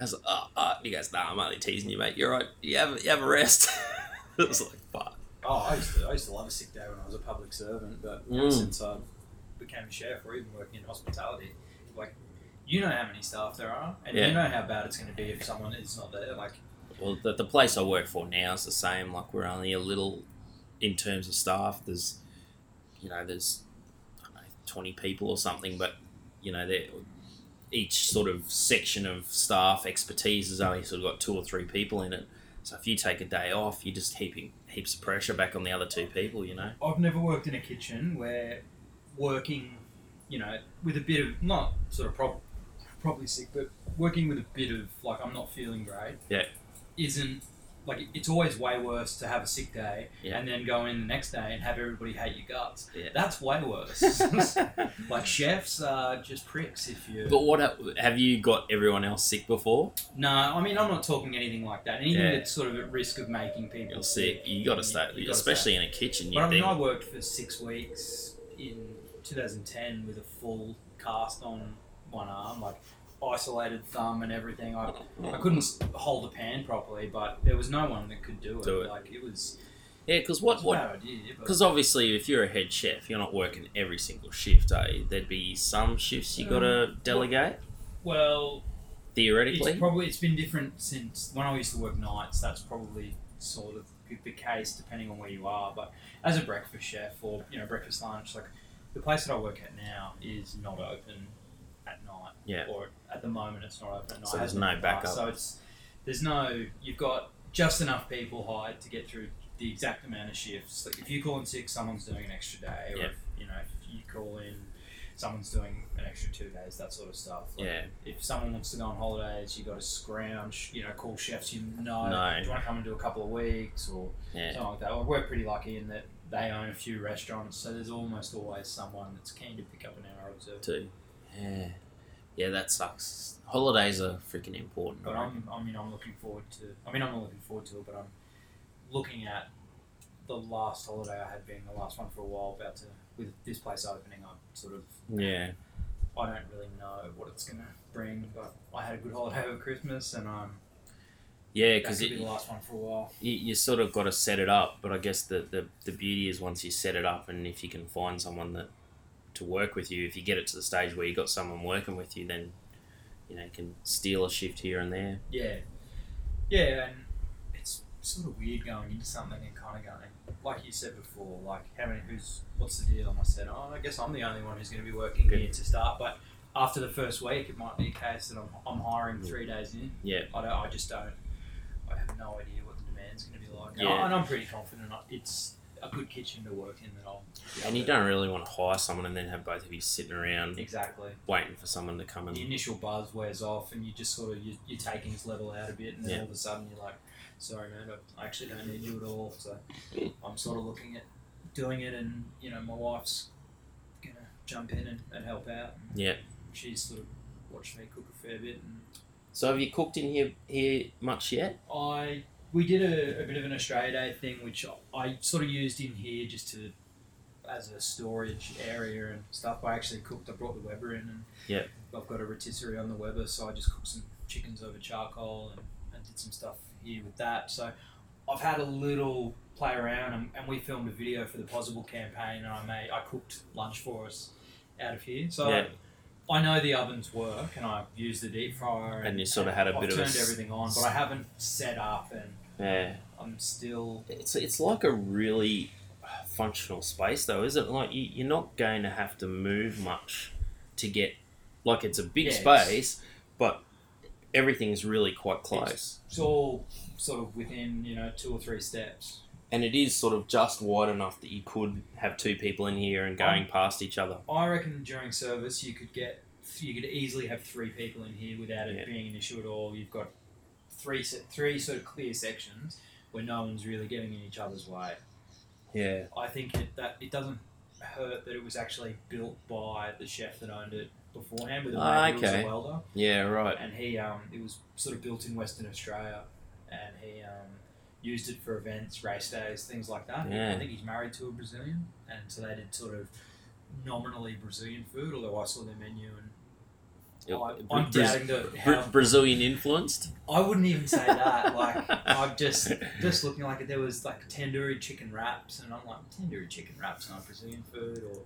Speaker 7: I was like, uh, uh. And he goes, nah, I'm only teasing you, mate. You're right. You have, you have a rest. it was like, fuck.
Speaker 12: Oh, I used to I used to love a sick day when I was a public servant, but ever
Speaker 7: Mm.
Speaker 12: since I became a chef or even working in hospitality, like you know how many staff there are, and
Speaker 7: Yeah.
Speaker 12: you know how bad it's going to be if someone is not there. Like
Speaker 7: Well, the, the place I work for now is the same. Like, we're only a little, in terms of staff, there's, you know, there's, I don't know, 20 people or something, but, you know, they're, each sort of section of staff expertise has only sort of got two or three people in it. So if you take a day off, you're just heaping heaps of pressure back on the other two people, you know?
Speaker 12: I've never worked in a kitchen where working, you know, with a bit of not sort of prob- probably sick, but working with a bit of like I'm not feeling great.
Speaker 7: Yeah.
Speaker 12: Isn't like it's always way worse to have a sick day
Speaker 7: Yeah.
Speaker 12: and then go in the next day and have everybody hate your guts.
Speaker 7: Yeah.
Speaker 12: That's way worse. like chefs are just pricks if you.
Speaker 7: But what ha- have you got everyone else sick before?
Speaker 12: no, I mean I'm not talking anything like that. Anything
Speaker 7: Yeah.
Speaker 12: that's sort of at risk of making people
Speaker 7: You're sick. You got to stay,
Speaker 12: you gotta stay.
Speaker 7: especially in a kitchen. You
Speaker 12: But I mean,
Speaker 7: think,
Speaker 12: I worked for six weeks in 2010 with a full cast on one arm, like isolated thumb and everything. I, I couldn't s- hold a pan properly, but there was no one that could do it.
Speaker 7: Do it.
Speaker 12: Like it was,
Speaker 7: yeah, because
Speaker 12: it
Speaker 7: what
Speaker 12: was
Speaker 7: what
Speaker 12: no idea. But
Speaker 7: Because obviously, if you're a head chef, you're not working every single shift, eh? There'd be some shifts you got to delegate,
Speaker 12: well,
Speaker 7: theoretically.
Speaker 12: it's Mm. probably it's been different since when I used to work nights. That's probably sort of the- the case, depending on where you are. But as a breakfast chef or you know breakfast lunch, like the place that I work at now is not open at night.
Speaker 7: Yeah.
Speaker 12: Or at the moment, it's not open at night.
Speaker 7: So there's
Speaker 12: It hasn't
Speaker 7: no
Speaker 12: been in the past.
Speaker 7: backup.
Speaker 12: So it's there's no. You've got just enough people hired to get through the exact amount of shifts. Like if you call in sick, someone's doing an extra day. Or
Speaker 7: Yeah.
Speaker 12: if, you know, if you call in, someone's doing an extra two days. That sort of stuff. Like,
Speaker 7: yeah,
Speaker 12: if someone wants to go on holidays, you got to scrounge, you know, call chefs you know.
Speaker 7: No.
Speaker 12: Do you want to come and do a couple of weeks or
Speaker 7: yeah.
Speaker 12: something like that? Well, we're pretty lucky in that they own a few restaurants, so there's almost always someone that's keen to pick up an hour or two.
Speaker 7: Too. Yeah. Yeah, that sucks. Holidays are freaking important.
Speaker 12: But I'm, I mean, I'm looking forward to. I mean, I'm not looking forward to it, but I'm looking at the last holiday I had being the last one for a while. About to with this place opening, I'm sort of
Speaker 7: Yeah.
Speaker 12: I don't really know what it's gonna bring. But I had a good holiday over Christmas, and I'm
Speaker 7: Yeah, because
Speaker 12: that could be the last one for a while.
Speaker 7: you, you sort of got to set it up. But I guess the, the, the beauty is once you set it up, and if you can find someone that to work with you, if you get it to the stage where you got someone working with you, then you know you can steal a shift here and there.
Speaker 12: Yeah, yeah, and it's sort of weird going into something and kind of going like you said before, like how many who's what's the deal? And I said, oh, I guess I'm the only one who's going to be working
Speaker 7: Good.
Speaker 12: here to start, but. After the first week, it might be a case that I'm, I'm hiring three days in.
Speaker 7: Yeah,
Speaker 12: I don't. I just don't. I have no idea what the demand's going to be like.
Speaker 7: Yeah.
Speaker 12: And I'm pretty confident I- it's a good kitchen to work in. That I'll. be
Speaker 7: and
Speaker 12: able
Speaker 7: you
Speaker 12: to-
Speaker 7: don't really want to hire someone and then have both of you sitting around
Speaker 12: Exactly.
Speaker 7: waiting for someone to come
Speaker 12: The
Speaker 7: and
Speaker 12: initial buzz wears off, and you just sort of you, you're taking his level out a bit, and then
Speaker 7: Yeah.
Speaker 12: all of a sudden you're like, "Sorry, man, I actually don't need you at all." So I'm sort of looking at doing it, and you know, my wife's gonna jump in and, and help out. And
Speaker 7: yeah.
Speaker 12: She's sort of watched me cook a fair bit, and
Speaker 7: So have you cooked in here here much yet?
Speaker 12: I we did a, a bit of an Australia Day thing, which I sort of used in here just to as a storage area and stuff. I actually cooked. I brought the Weber in, and
Speaker 7: Yeah.
Speaker 12: I've got a rotisserie on the Weber, so I just cooked some chickens over charcoal and, and did some stuff here with that. So I've had a little play around, and, and we filmed a video for the Possible campaign, and I made I cooked lunch for us out of here. So.
Speaker 7: Yeah.
Speaker 12: I know the ovens work, and I've used the deep fryer,
Speaker 7: And you sorta had a
Speaker 12: I've
Speaker 7: bit of a
Speaker 12: turned
Speaker 7: s-
Speaker 12: everything on, but I haven't set up, and
Speaker 7: Yeah.
Speaker 12: I'm still
Speaker 7: It's it's like a really functional space though, isn't it? Like you, you're not going to have to move much to get like it's a big
Speaker 12: Yeah, it's-
Speaker 7: space, but everything's really quite close.
Speaker 12: it's all sort of within you know two or three steps.
Speaker 7: And it is sort of just wide enough that you could have two people in here and going past each other.
Speaker 12: I reckon during service you could get you could easily have three people in here without it
Speaker 7: Yeah.
Speaker 12: being an issue at all. You've got three se- three sort of clear sections where no one's really getting in each other's way.
Speaker 7: Yeah.
Speaker 12: I think it, that it doesn't hurt that it was actually built by the chef that owned it beforehand, with a
Speaker 7: Ah,
Speaker 12: mate who was
Speaker 7: okay.
Speaker 12: a welder.
Speaker 7: Yeah, right.
Speaker 12: and he um, it was sort of built in Western Australia, and he um, used it for events, race days, things like that.
Speaker 7: Yeah.
Speaker 12: I think he's married to a Brazilian, and so they did sort of nominally Brazilian food. Although I saw their menu, and I,
Speaker 7: Bra-
Speaker 12: I'm
Speaker 7: Bra-
Speaker 12: doubting that
Speaker 7: Bra-
Speaker 12: how
Speaker 7: Brazilian influenced?
Speaker 12: I wouldn't even say that. Like I'm just just looking like it. There was like tandoori chicken wraps, and I'm like tandoori chicken wraps aren't Brazilian food or.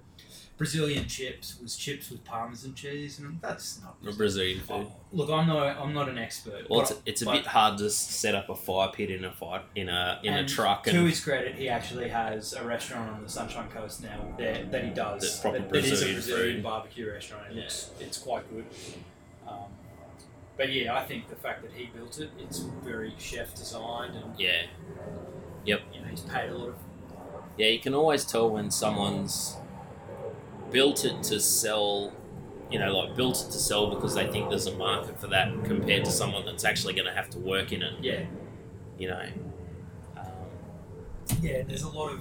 Speaker 12: Brazilian chips was chips with parmesan cheese, and that's not. Oh,
Speaker 7: Brazilian food.
Speaker 12: Look, I'm no, I'm not an expert.
Speaker 7: Well,
Speaker 12: but
Speaker 7: it's, it's a
Speaker 12: but-
Speaker 7: bit hard to s- set up a fire pit in a fire in a in a
Speaker 12: And
Speaker 7: truck
Speaker 12: To
Speaker 7: and
Speaker 12: his credit, he actually has a restaurant on the Sunshine Coast now that, that he does.
Speaker 7: That's proper
Speaker 12: that- that is a
Speaker 7: Brazilian
Speaker 12: Brazilian
Speaker 7: food.
Speaker 12: barbecue restaurant. and It's, it's quite good. Um, but yeah, I think the fact that he built it, it's very chef designed, and
Speaker 7: yeah.
Speaker 12: you know he's paid a lot of.
Speaker 7: Yeah, you can always tell when someone's built it to sell, you know, like built it to sell because they think there's a market for that compared to someone that's actually going to have to work in it,
Speaker 12: Yeah,
Speaker 7: you know. Um,
Speaker 12: yeah. There's a lot of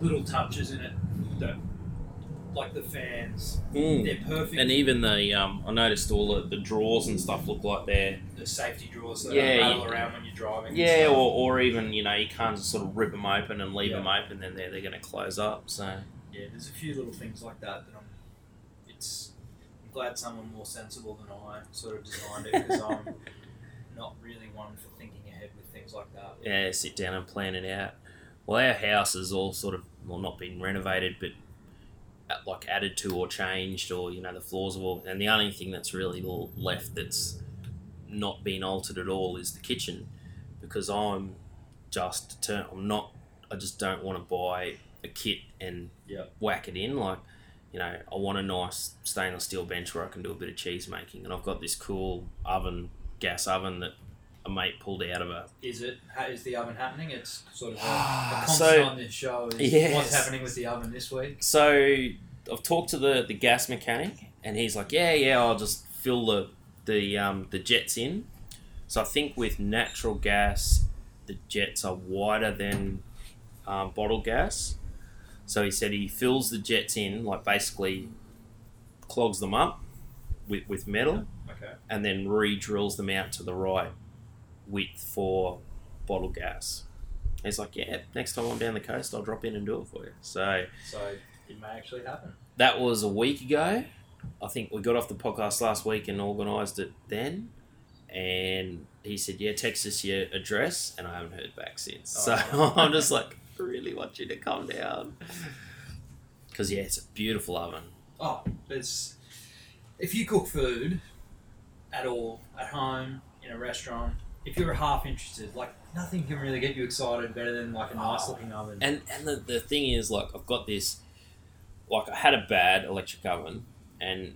Speaker 12: little touches in it that, like the fans, they're perfect.
Speaker 7: And even the, um, I noticed all the, the drawers and stuff look like they're,
Speaker 12: the safety drawers that
Speaker 7: Yeah,
Speaker 12: rattle
Speaker 7: you-
Speaker 12: around when you're driving. and
Speaker 7: yeah,
Speaker 12: stuff.
Speaker 7: or, or even, you know, you can't just sort of rip them open and leave
Speaker 12: Yeah.
Speaker 7: them open, then they're, they're going to close up, so.
Speaker 12: yeah, there's a few little things like that that I'm. It's. I'm glad someone more sensible than I sort of designed it because I'm not really one for thinking ahead with things like that.
Speaker 7: yeah, sit down and plan it out. Well, our house is all sort of well, not been renovated, but uh, like added to or changed, or you know, the floors have all. And the only thing that's really all left that's not been altered at all is the kitchen, because I'm just turn. I'm not. I just don't want to buy a kit and
Speaker 12: Yep.
Speaker 7: whack it in like. You know, I want a nice stainless steel bench where I can do a bit of cheese making, and I've got this cool oven, gas oven that a mate pulled out of a
Speaker 12: Is it? How is the oven happening? It's sort of a, a
Speaker 7: Ah,
Speaker 12: constant
Speaker 7: So-
Speaker 12: on this show. Is
Speaker 7: Yes.
Speaker 12: What's happening with the oven this week?
Speaker 7: so I've talked to the, the gas mechanic, and he's like, "Yeah, yeah, I'll just fill the the um, the jets in." So I think with natural gas, the jets are wider than um, bottle gas. So he said he fills the jets in, like basically clogs them up, with, with metal,
Speaker 12: Okay.
Speaker 7: and then re-drills them out to the right with for bottle gas. And he's like, yeah, next time I'm down the coast, I'll drop in and do it for you. So
Speaker 12: So it may actually happen.
Speaker 7: that was a week ago. I think we got off the podcast last week and organised it then. And he said, yeah, text us your address, and I haven't heard back since. So
Speaker 12: Oh.
Speaker 7: I'm just like, I really want you to come down. Because, yeah, it's a beautiful oven.
Speaker 12: Oh, there's. If you cook food at all, at home, in a restaurant, if you're half interested, like nothing can really get you excited better than like a nice looking oven.
Speaker 7: And and the, the thing is, like, I've got this, like, I had a bad electric oven, and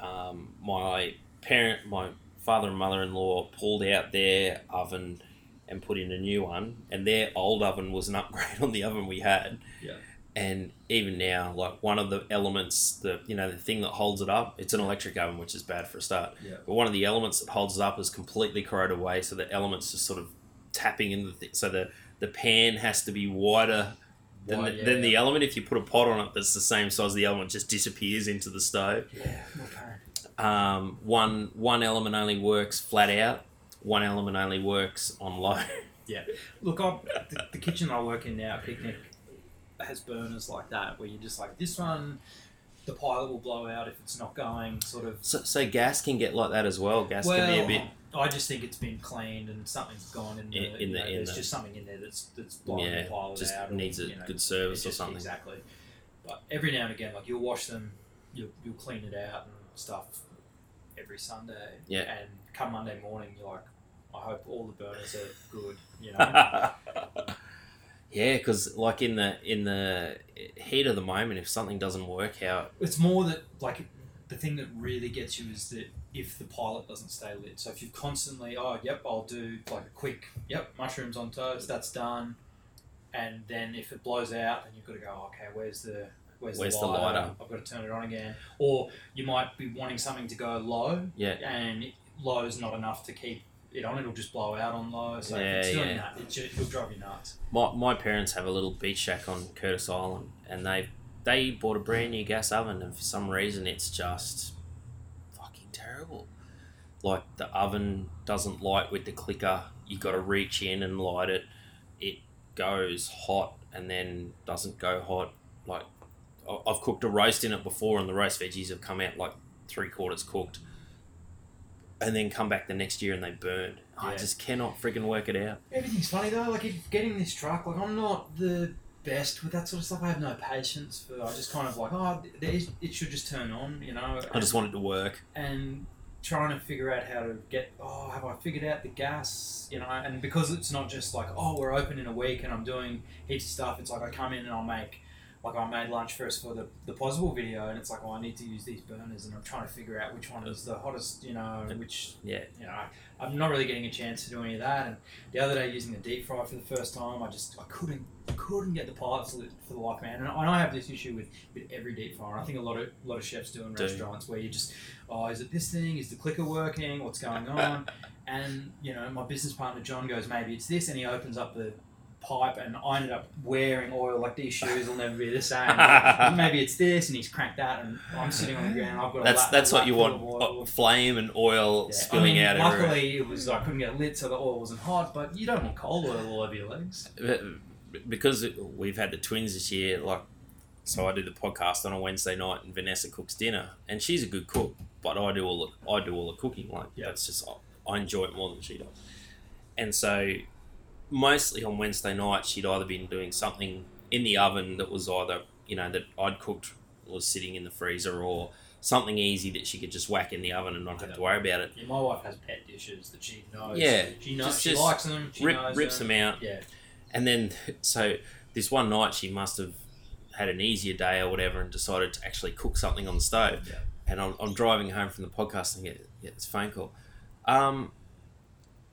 Speaker 7: um, my parent, my father and mother in law pulled out their oven and put in a new one, and their old oven was an upgrade on the oven we had.
Speaker 12: Yeah.
Speaker 7: And even now, like one of the elements, the you know the thing that holds it up, it's an electric oven, which is bad for a start.
Speaker 12: Yeah.
Speaker 7: But one of the elements that holds it up is completely corroded away, so the elements just sort of tapping into the thing. So the the pan has to be wider than,
Speaker 12: Wide,
Speaker 7: the,
Speaker 12: yeah,
Speaker 7: than the element. If you put a pot on it that's the same size, the element just disappears into the stove.
Speaker 12: Yeah, okay.
Speaker 7: Um, one one element only works flat out. One element only works on low.
Speaker 12: Yeah. Look, I'm, the, the kitchen I work in now, picnic, has burners like that where you're just like, this one, the pilot will blow out if it's not going, sort of.
Speaker 7: So, so gas can get like that as well. Gas can be a bit.
Speaker 12: I just think it's been cleaned and something's gone in the.
Speaker 7: In- in
Speaker 12: you
Speaker 7: the-
Speaker 12: know,
Speaker 7: in
Speaker 12: there's
Speaker 7: the-
Speaker 12: just something in there that's that's blowing
Speaker 7: Yeah,
Speaker 12: the pilot
Speaker 7: just
Speaker 12: out.
Speaker 7: needs a
Speaker 12: you know,
Speaker 7: good service
Speaker 12: it's
Speaker 7: or
Speaker 12: just-
Speaker 7: something.
Speaker 12: Exactly. But every now and again, like you'll wash them, you'll you'll clean it out and stuff every Sunday.
Speaker 7: Yeah.
Speaker 12: And come Monday morning, you're like, I hope all the burners are good. You know.
Speaker 7: yeah, because like in the in the heat of the moment, if something doesn't work out,
Speaker 12: It's more that like the thing that really gets you is that if the pilot doesn't stay lit. So if you constantly, oh yep, I'll do like a quick, yep, mushrooms on toast, that's done. And then if it blows out, then you've got to go, oh, okay, where's the where's,
Speaker 7: Where's the
Speaker 12: the, lighter?
Speaker 7: lighter?
Speaker 12: I've got to turn it on again. Or you might be wanting something to go low,
Speaker 7: yeah,
Speaker 12: and low's not enough to keep it on. It'll just blow out on low. So
Speaker 7: Yeah,
Speaker 12: if it's doing
Speaker 7: yeah.
Speaker 12: that, it ju- it'll drive you nuts.
Speaker 7: my, my parents have a little beach shack on Curtis Island, and they they bought a brand new gas oven, and for some reason, it's just fucking terrible. Like the oven doesn't light with the clicker. You got to reach in and light it. It goes hot and then doesn't go hot. Like I- I've cooked a roast in it before, and the roast veggies have come out like three quarters cooked, and then come back the next year and they burned. I
Speaker 12: Yeah.
Speaker 7: just cannot freaking work it out.
Speaker 12: Everything's funny though. Like if getting this truck, like I'm not the best with that sort of stuff. I have no patience for. I just kind of like, oh, there is, it should just turn on, you know.
Speaker 7: I just want it to work.
Speaker 12: and trying to figure out how to get. Oh, have I figured out the gas? You know, and because it's not just like, oh, we're open in a week and I'm doing heaps of stuff. It's like I come in and I'll make. Like I made lunch first for the the possible video, and it's like, oh, I need to use these burners, and I'm trying to figure out which one is the hottest, you know, and which
Speaker 7: Yeah.
Speaker 12: you know, I'm not really getting a chance to do any of that. And the other day, using the deep fry for the first time, I just I couldn't couldn't get the pilots lit for the life, man. And I, and I have this issue with, with every deep fryer. I think a lot of lot of chefs do in
Speaker 7: Do.
Speaker 12: restaurants where you just, oh, is it this thing? Is the clicker working? What's going on? and you know, my business partner John goes, maybe it's this, and he opens up the pipe and I ended up wearing oil like these shoes will never be the same. Maybe it's this and he's cracked that and I'm sitting on the ground. I've got a
Speaker 7: That's
Speaker 12: lap-
Speaker 7: that's what
Speaker 12: lap
Speaker 7: you
Speaker 12: full
Speaker 7: want:
Speaker 12: of oil.
Speaker 7: uh, flame and oil
Speaker 12: Yeah.
Speaker 7: spilling
Speaker 12: I mean,
Speaker 7: out everywhere.
Speaker 12: Luckily, it was I couldn't get lit, so the oil wasn't hot. But you don't want cold oil all over your legs.
Speaker 7: But Because we've had the twins this year, like, so I do the podcast on a Wednesday night, and Vanessa cooks dinner, and she's a good cook, but I do all the, I do all the cooking. Like,
Speaker 12: Yeah.
Speaker 7: that's just I- I enjoy it more than she does. And so, mostly on Wednesday night, she'd either been doing something in the oven that was either you know that I'd cooked was sitting in the freezer, or something easy that she could just whack in the oven and not have to worry about it.
Speaker 12: Yeah, my wife has pet dishes that she knows.
Speaker 7: Yeah,
Speaker 12: she knows
Speaker 7: just-
Speaker 12: she
Speaker 7: just
Speaker 12: likes them. She
Speaker 7: rip,
Speaker 12: knows um,
Speaker 7: rips
Speaker 12: them.
Speaker 7: them out.
Speaker 12: Yeah,
Speaker 7: And then, so this one night she must have had an easier day or whatever and decided to actually cook something on the stove.
Speaker 12: Yeah.
Speaker 7: And I'm, I'm driving home from the podcast and get, get this phone call. Um,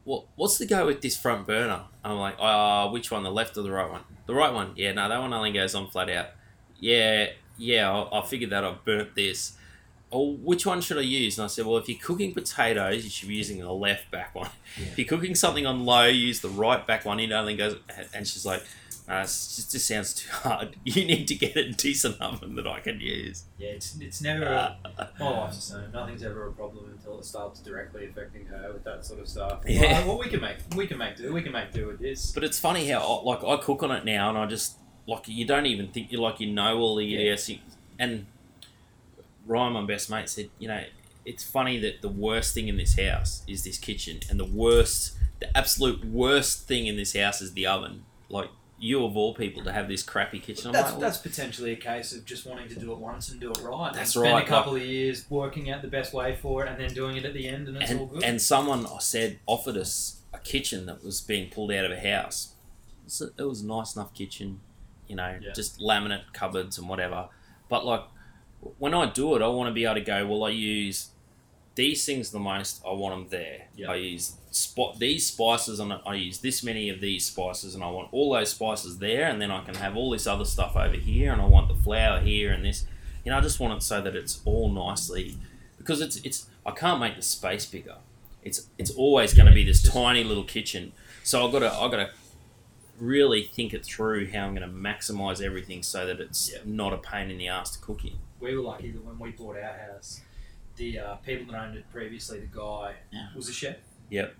Speaker 7: what, what's the go with this front burner? I'm like, uh, which one, the left or the right one? The right one. Yeah, no, that one only goes on flat out. Yeah, yeah, I, I figured that I've burnt this. Oh, which one should I use? And I said, well, if you're cooking potatoes, you should be using the left back one. If you're cooking something on low, use the right back one. It only goes. And she's like, Uh, it's just, just sounds too hard. You need to get a decent oven that I can use.
Speaker 12: Yeah, it's, it's never. A, my wife's the same. Nothing's ever a problem until it starts directly affecting her with that sort of stuff.
Speaker 7: Yeah.
Speaker 12: Like, well, we can make we can make do. We can make do with this.
Speaker 7: But it's funny how I- like I cook on it now, and I just like you don't even think you like you know all the yes. you- And Ryan, my best mate, said you know it's funny that the worst thing in this house is this kitchen, and the worst, the absolute worst thing in this house is the oven. Like you of all people to have this crappy kitchen. I'm
Speaker 12: That's,
Speaker 7: like, well,
Speaker 12: that's potentially a case of just wanting to do it once and do it right. and
Speaker 7: That's
Speaker 12: spend
Speaker 7: right,
Speaker 12: a couple of years working out the best way for it and then doing it at the end and it's all
Speaker 7: and,
Speaker 12: good.
Speaker 7: and someone I said offered us a kitchen that was being pulled out of a house. It's a- it was a nice enough kitchen, you know,
Speaker 12: Yeah.
Speaker 7: just laminate cupboards and whatever. But like, when I do it, I want to be able to go. Well, I use these things the most. I want them there.
Speaker 12: Yeah.
Speaker 7: I use spot these spices on it. I use this many of these spices, and I want all those spices there. And then I can have all this other stuff over here, and I want the flour here and this. You know, I just want it so that it's all nicely because it's it's I can't make the space bigger. It's it's always going to be this tiny little kitchen. So I've got to I've got to really think it through how I'm going to maximize everything so that it's not a pain in the ass to cook in.
Speaker 12: we were lucky that when we bought our house, the uh, people that owned it previously, the guy
Speaker 7: Yeah.
Speaker 12: was a chef.
Speaker 7: Yep.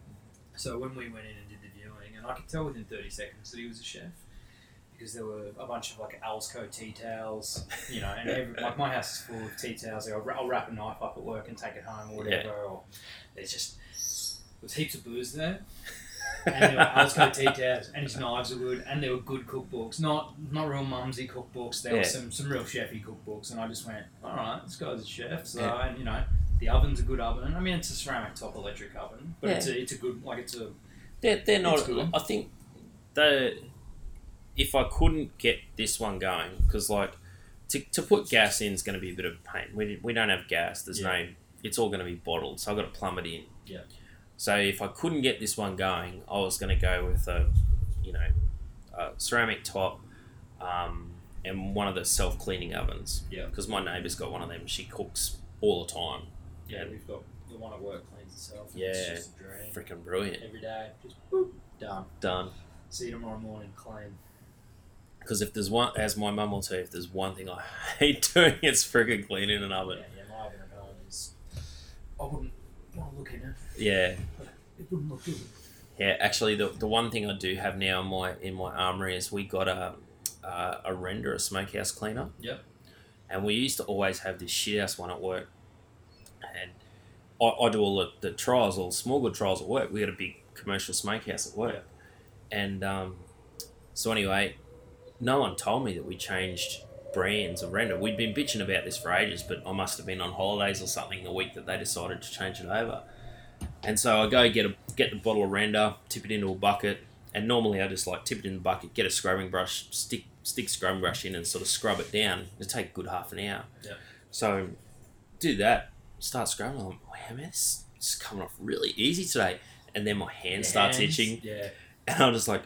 Speaker 12: So when we went in and did the viewing, and I could tell within 30 seconds that he was a chef because there were a bunch of like Alsco tea towels, you know, and every, like my house is full of tea towels. I'll, wra- I'll wrap a knife up at work and take it home or whatever. Or there's just there's heaps of booze there. and there were Alsco tea towels, and his knives were good, and there were good cookbooks, not not real mumsy cookbooks. There were
Speaker 7: Yeah.
Speaker 12: some some real chefy cookbooks, and I just went, all right, this guy's a chef, so
Speaker 7: Yeah.
Speaker 12: and you know. The oven's a good oven. I mean, it's a ceramic top electric oven, but it's,
Speaker 7: Yeah.
Speaker 12: a, it's a good, like, it's a
Speaker 7: They're, they're
Speaker 12: It's
Speaker 7: not.
Speaker 12: good.
Speaker 7: I think the if I couldn't get this one going because like to, to put gas in is going to be a bit of a pain. We, we don't have gas. There's no. It's all going to be bottled, so I've got to plumb it in.
Speaker 12: Yeah.
Speaker 7: So if I couldn't get this one going, I was going to go with a, you know, a ceramic top, um, and one of the self cleaning ovens.
Speaker 12: Yeah.
Speaker 7: Because my neighbour's got one of them. She cooks all the time.
Speaker 12: Yeah,
Speaker 7: And-
Speaker 12: we've got the one at work cleans itself. and
Speaker 7: Yeah.
Speaker 12: It's just a drain.
Speaker 7: Freaking brilliant.
Speaker 12: Every day, just boop, done.
Speaker 7: Done.
Speaker 12: See you tomorrow morning, clean.
Speaker 7: Because if there's one, as my mum will tell you, if there's one thing I hate doing, it's friggin' cleaning an
Speaker 12: Yeah,
Speaker 7: oven.
Speaker 12: yeah, my oven at home is. I wouldn't want to look in it.
Speaker 7: Yeah,
Speaker 12: It wouldn't look good.
Speaker 7: yeah. Actually, the, the one thing I do have now in my in my armory is we got a uh, a render, a smokehouse cleaner.
Speaker 12: Yep.
Speaker 7: And we used to always have this shithouse one at work, and I, I do all the, the trials, all the small good trials at work. We had a big commercial smokehouse at work, and um, so anyway, no one told me that we changed brands of render. We'd been bitching about this for ages, but I must have been on holidays or something the week that they decided to change it over. And so I go get a get the bottle of render, tip it into a bucket, and normally I just like tip it in the bucket, get a scrubbing brush, stick stick scrubbing brush in, and sort of scrub it down. It take a good half an hour.
Speaker 12: Yeah.
Speaker 7: So do that, start scrubbing. I'm like, wow, man, this is coming off really easy today. And then my hand starts
Speaker 12: Hands,
Speaker 7: itching,
Speaker 12: Yeah.
Speaker 7: and I'm just like,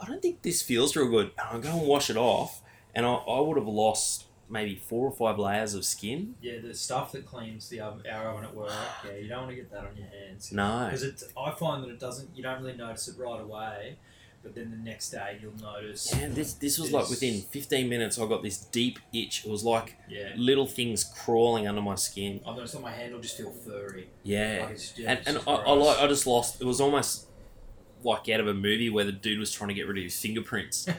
Speaker 7: I don't think this feels real good. And I go and wash it off, and I, I would have lost maybe four or five layers of skin.
Speaker 12: Yeah, the stuff that cleans the oven, our oven at work. Yeah, you don't want to get that on your hands.
Speaker 7: No.
Speaker 12: Because it, I find that it doesn't. You don't really notice it right away, but then the next day you'll notice.
Speaker 7: Yeah, this this was like within 15 minutes. I got this deep itch. It was like
Speaker 12: Yeah.
Speaker 7: little things crawling under my skin.
Speaker 12: I've noticed that my hand will just feel furry.
Speaker 7: Yeah,
Speaker 12: Like it's- yeah,
Speaker 7: and
Speaker 12: it's
Speaker 7: and
Speaker 12: just
Speaker 7: I, I
Speaker 12: gross.
Speaker 7: like I just lost. It was almost like out of a movie where the dude was trying to get rid of his fingerprints.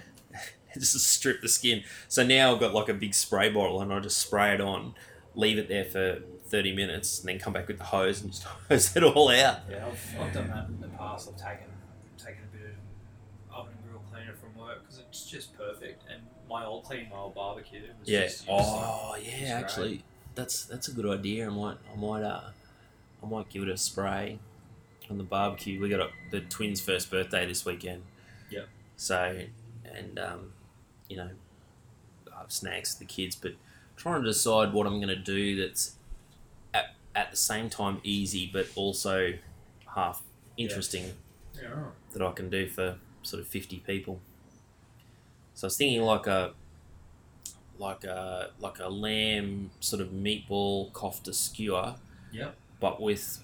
Speaker 7: just to strip the skin. So now I've got like a big spray bottle, and I just spray it on, leave it there for 30 minutes, and then come back with the hose and just hose it all out.
Speaker 12: Yeah, I've, I've done that in the past. I've taken taken a bit of oven and grill cleaner from work because it's just perfect. And my old clean, my old barbecue. Was
Speaker 7: Yeah.
Speaker 12: Just,
Speaker 7: Oh
Speaker 12: it's
Speaker 7: yeah,
Speaker 12: great.
Speaker 7: actually, that's that's a good idea. I might I might uh I might give it a spray on the barbecue. We got a, the twins' first birthday this weekend.
Speaker 12: Yep.
Speaker 7: So and um, you know, I have snacks for the kids, but trying to decide what I'm gonna do that's at at the same time easy but also half interesting
Speaker 12: Yeah.
Speaker 7: that I can do for sort of 50 people. So I was thinking like a like a like a lamb sort of meatball kofta skewer,
Speaker 12: Yep.
Speaker 7: but with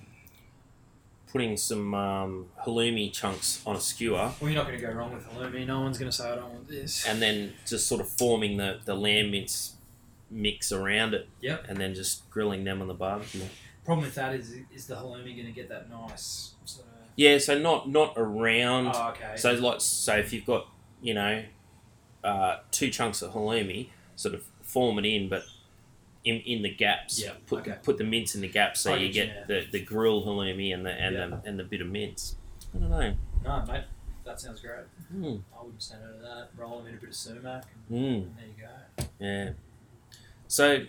Speaker 7: putting some um, halloumi chunks on a skewer
Speaker 12: Well, you're not going to go wrong with halloumi. No one's going to say I don't want this.
Speaker 7: and then just sort of forming the, the lamb mince mix around it.
Speaker 12: Yep.
Speaker 7: And then just grilling them on the barbecue.
Speaker 12: problem with that is, is the halloumi going to get that nice? sort of-
Speaker 7: Yeah, so not not around.
Speaker 12: Oh, okay.
Speaker 7: Um, So like, so if you've got you know, uh, two chunks of halloumi, sort of form it in, but in in the gaps.
Speaker 12: Yeah,
Speaker 7: Put
Speaker 12: okay.
Speaker 7: put the mince in the gaps, so
Speaker 12: I
Speaker 7: you
Speaker 12: get
Speaker 7: get
Speaker 12: you,
Speaker 7: the the grilled halloumi and the and
Speaker 12: Yeah.
Speaker 7: the and the bit of mince. I don't know.
Speaker 12: no, mate, that sounds great.
Speaker 7: Mm.
Speaker 12: I wouldn't say no to that. Roll them in a bit of sumac, and,
Speaker 7: Mm.
Speaker 12: and there you go.
Speaker 7: Yeah. So,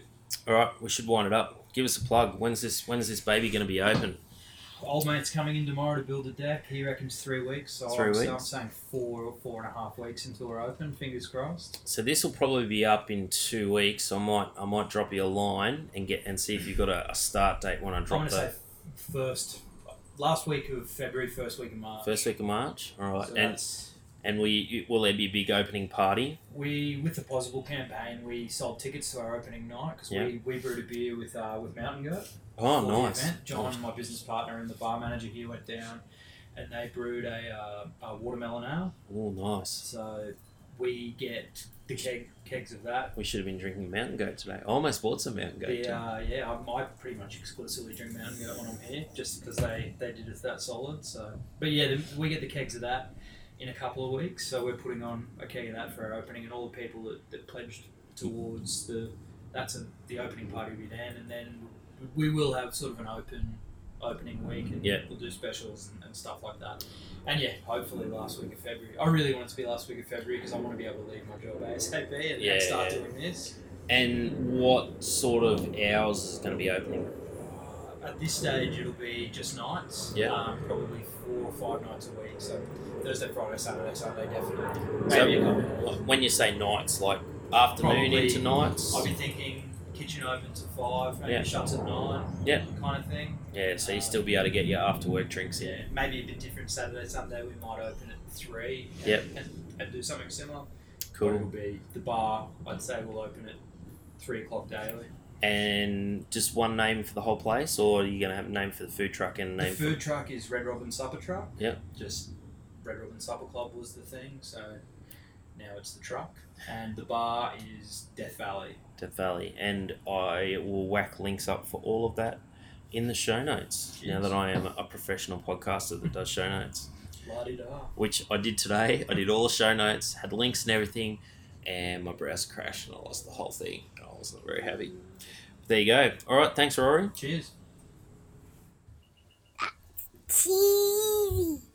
Speaker 7: all right, we should wind it up. Give us a plug. When's this? When's this baby going to be open?
Speaker 12: Old mate's coming in tomorrow to build a deck. He reckons three weeks. So
Speaker 7: Three
Speaker 12: I'm, so
Speaker 7: weeks.
Speaker 12: I'm saying four or four and a half weeks until we're open. Fingers crossed.
Speaker 7: So this will probably be up in two weeks. I might I might drop you a line and get and see if you've got a, a start date when I
Speaker 12: I'm
Speaker 7: drop
Speaker 12: gonna say
Speaker 7: that
Speaker 12: first, last week of February, first week of March.
Speaker 7: first week of March. All right,
Speaker 12: So
Speaker 7: and
Speaker 12: that's-
Speaker 7: and we you- will there be a big opening party?
Speaker 12: we with the possible campaign, we sold tickets to our opening night because
Speaker 7: Yeah.
Speaker 12: we, we brewed a beer with uh, with Mountain Goat.
Speaker 7: Oh,
Speaker 12: for the
Speaker 7: nice.
Speaker 12: event. John, my business partner, and the bar manager here went down, and they brewed a, uh, a watermelon ale.
Speaker 7: Oh, nice.
Speaker 12: So we get the keg, kegs of that.
Speaker 7: We should have been drinking Mountain Goat today. I almost bought some Mountain Goat.
Speaker 12: The, uh, yeah, I, I pretty much exclusively drink Mountain Goat when I'm here, just because they they did us that solid. So, but yeah, the, we get the kegs of that in a couple of weeks. So we're putting on a keg of that for our opening, and all the people that, that pledged towards the that's a, the opening party will be then, and then we will have sort of an open opening week, and
Speaker 7: Yeah.
Speaker 12: we'll do specials and, and stuff like that. And yeah, hopefully last week of February. I really want it to be last week of February because I want to be able to leave my job ASAP and then
Speaker 7: Yeah,
Speaker 12: start
Speaker 7: yeah.
Speaker 12: doing this.
Speaker 7: And what sort of hours is going to be opening?
Speaker 12: At this stage, it'll be just nights.
Speaker 7: Yeah.
Speaker 12: Um, probably four or five nights a week. So Thursday, Friday, Saturday, Sunday, definitely.
Speaker 7: So
Speaker 12: Maybe a couple.
Speaker 7: when you say nights, like afternoon
Speaker 12: Probably-
Speaker 7: into nights.
Speaker 12: I'll be thinking kitchen open to five, maybe
Speaker 7: Yeah.
Speaker 12: shuts at nine.
Speaker 7: Yeah.
Speaker 12: Kind of thing.
Speaker 7: Yeah, so you still be able to get your after work drinks in.
Speaker 12: Yeah. Maybe a bit different Saturday, Sunday. We might open at three. and-
Speaker 7: Yep.
Speaker 12: And, and do something similar. But It'll
Speaker 7: Cool.
Speaker 12: be the bar. I'd say we'll open at three o'clock daily.
Speaker 7: And just one name for the whole place, or are you going to have a name for the food truck and a
Speaker 12: The
Speaker 7: name for
Speaker 12: food truck is Red Robin Supper Truck.
Speaker 7: Yep.
Speaker 12: Just Red Robin Supper Club was the thing, so now it's the truck. And the bar is Death Valley.
Speaker 7: Death Valley? And I will whack links up for all of that in the show notes. Now
Speaker 12: Yes.
Speaker 7: that I am a professional podcaster that does show notes,
Speaker 12: La di da.
Speaker 7: which I did today, I did all the show notes, had links and everything, and my browser crashed and I lost the whole thing. I was not very happy. There you go. All right, thanks, Rory.
Speaker 12: Cheers.
Speaker 8: TV.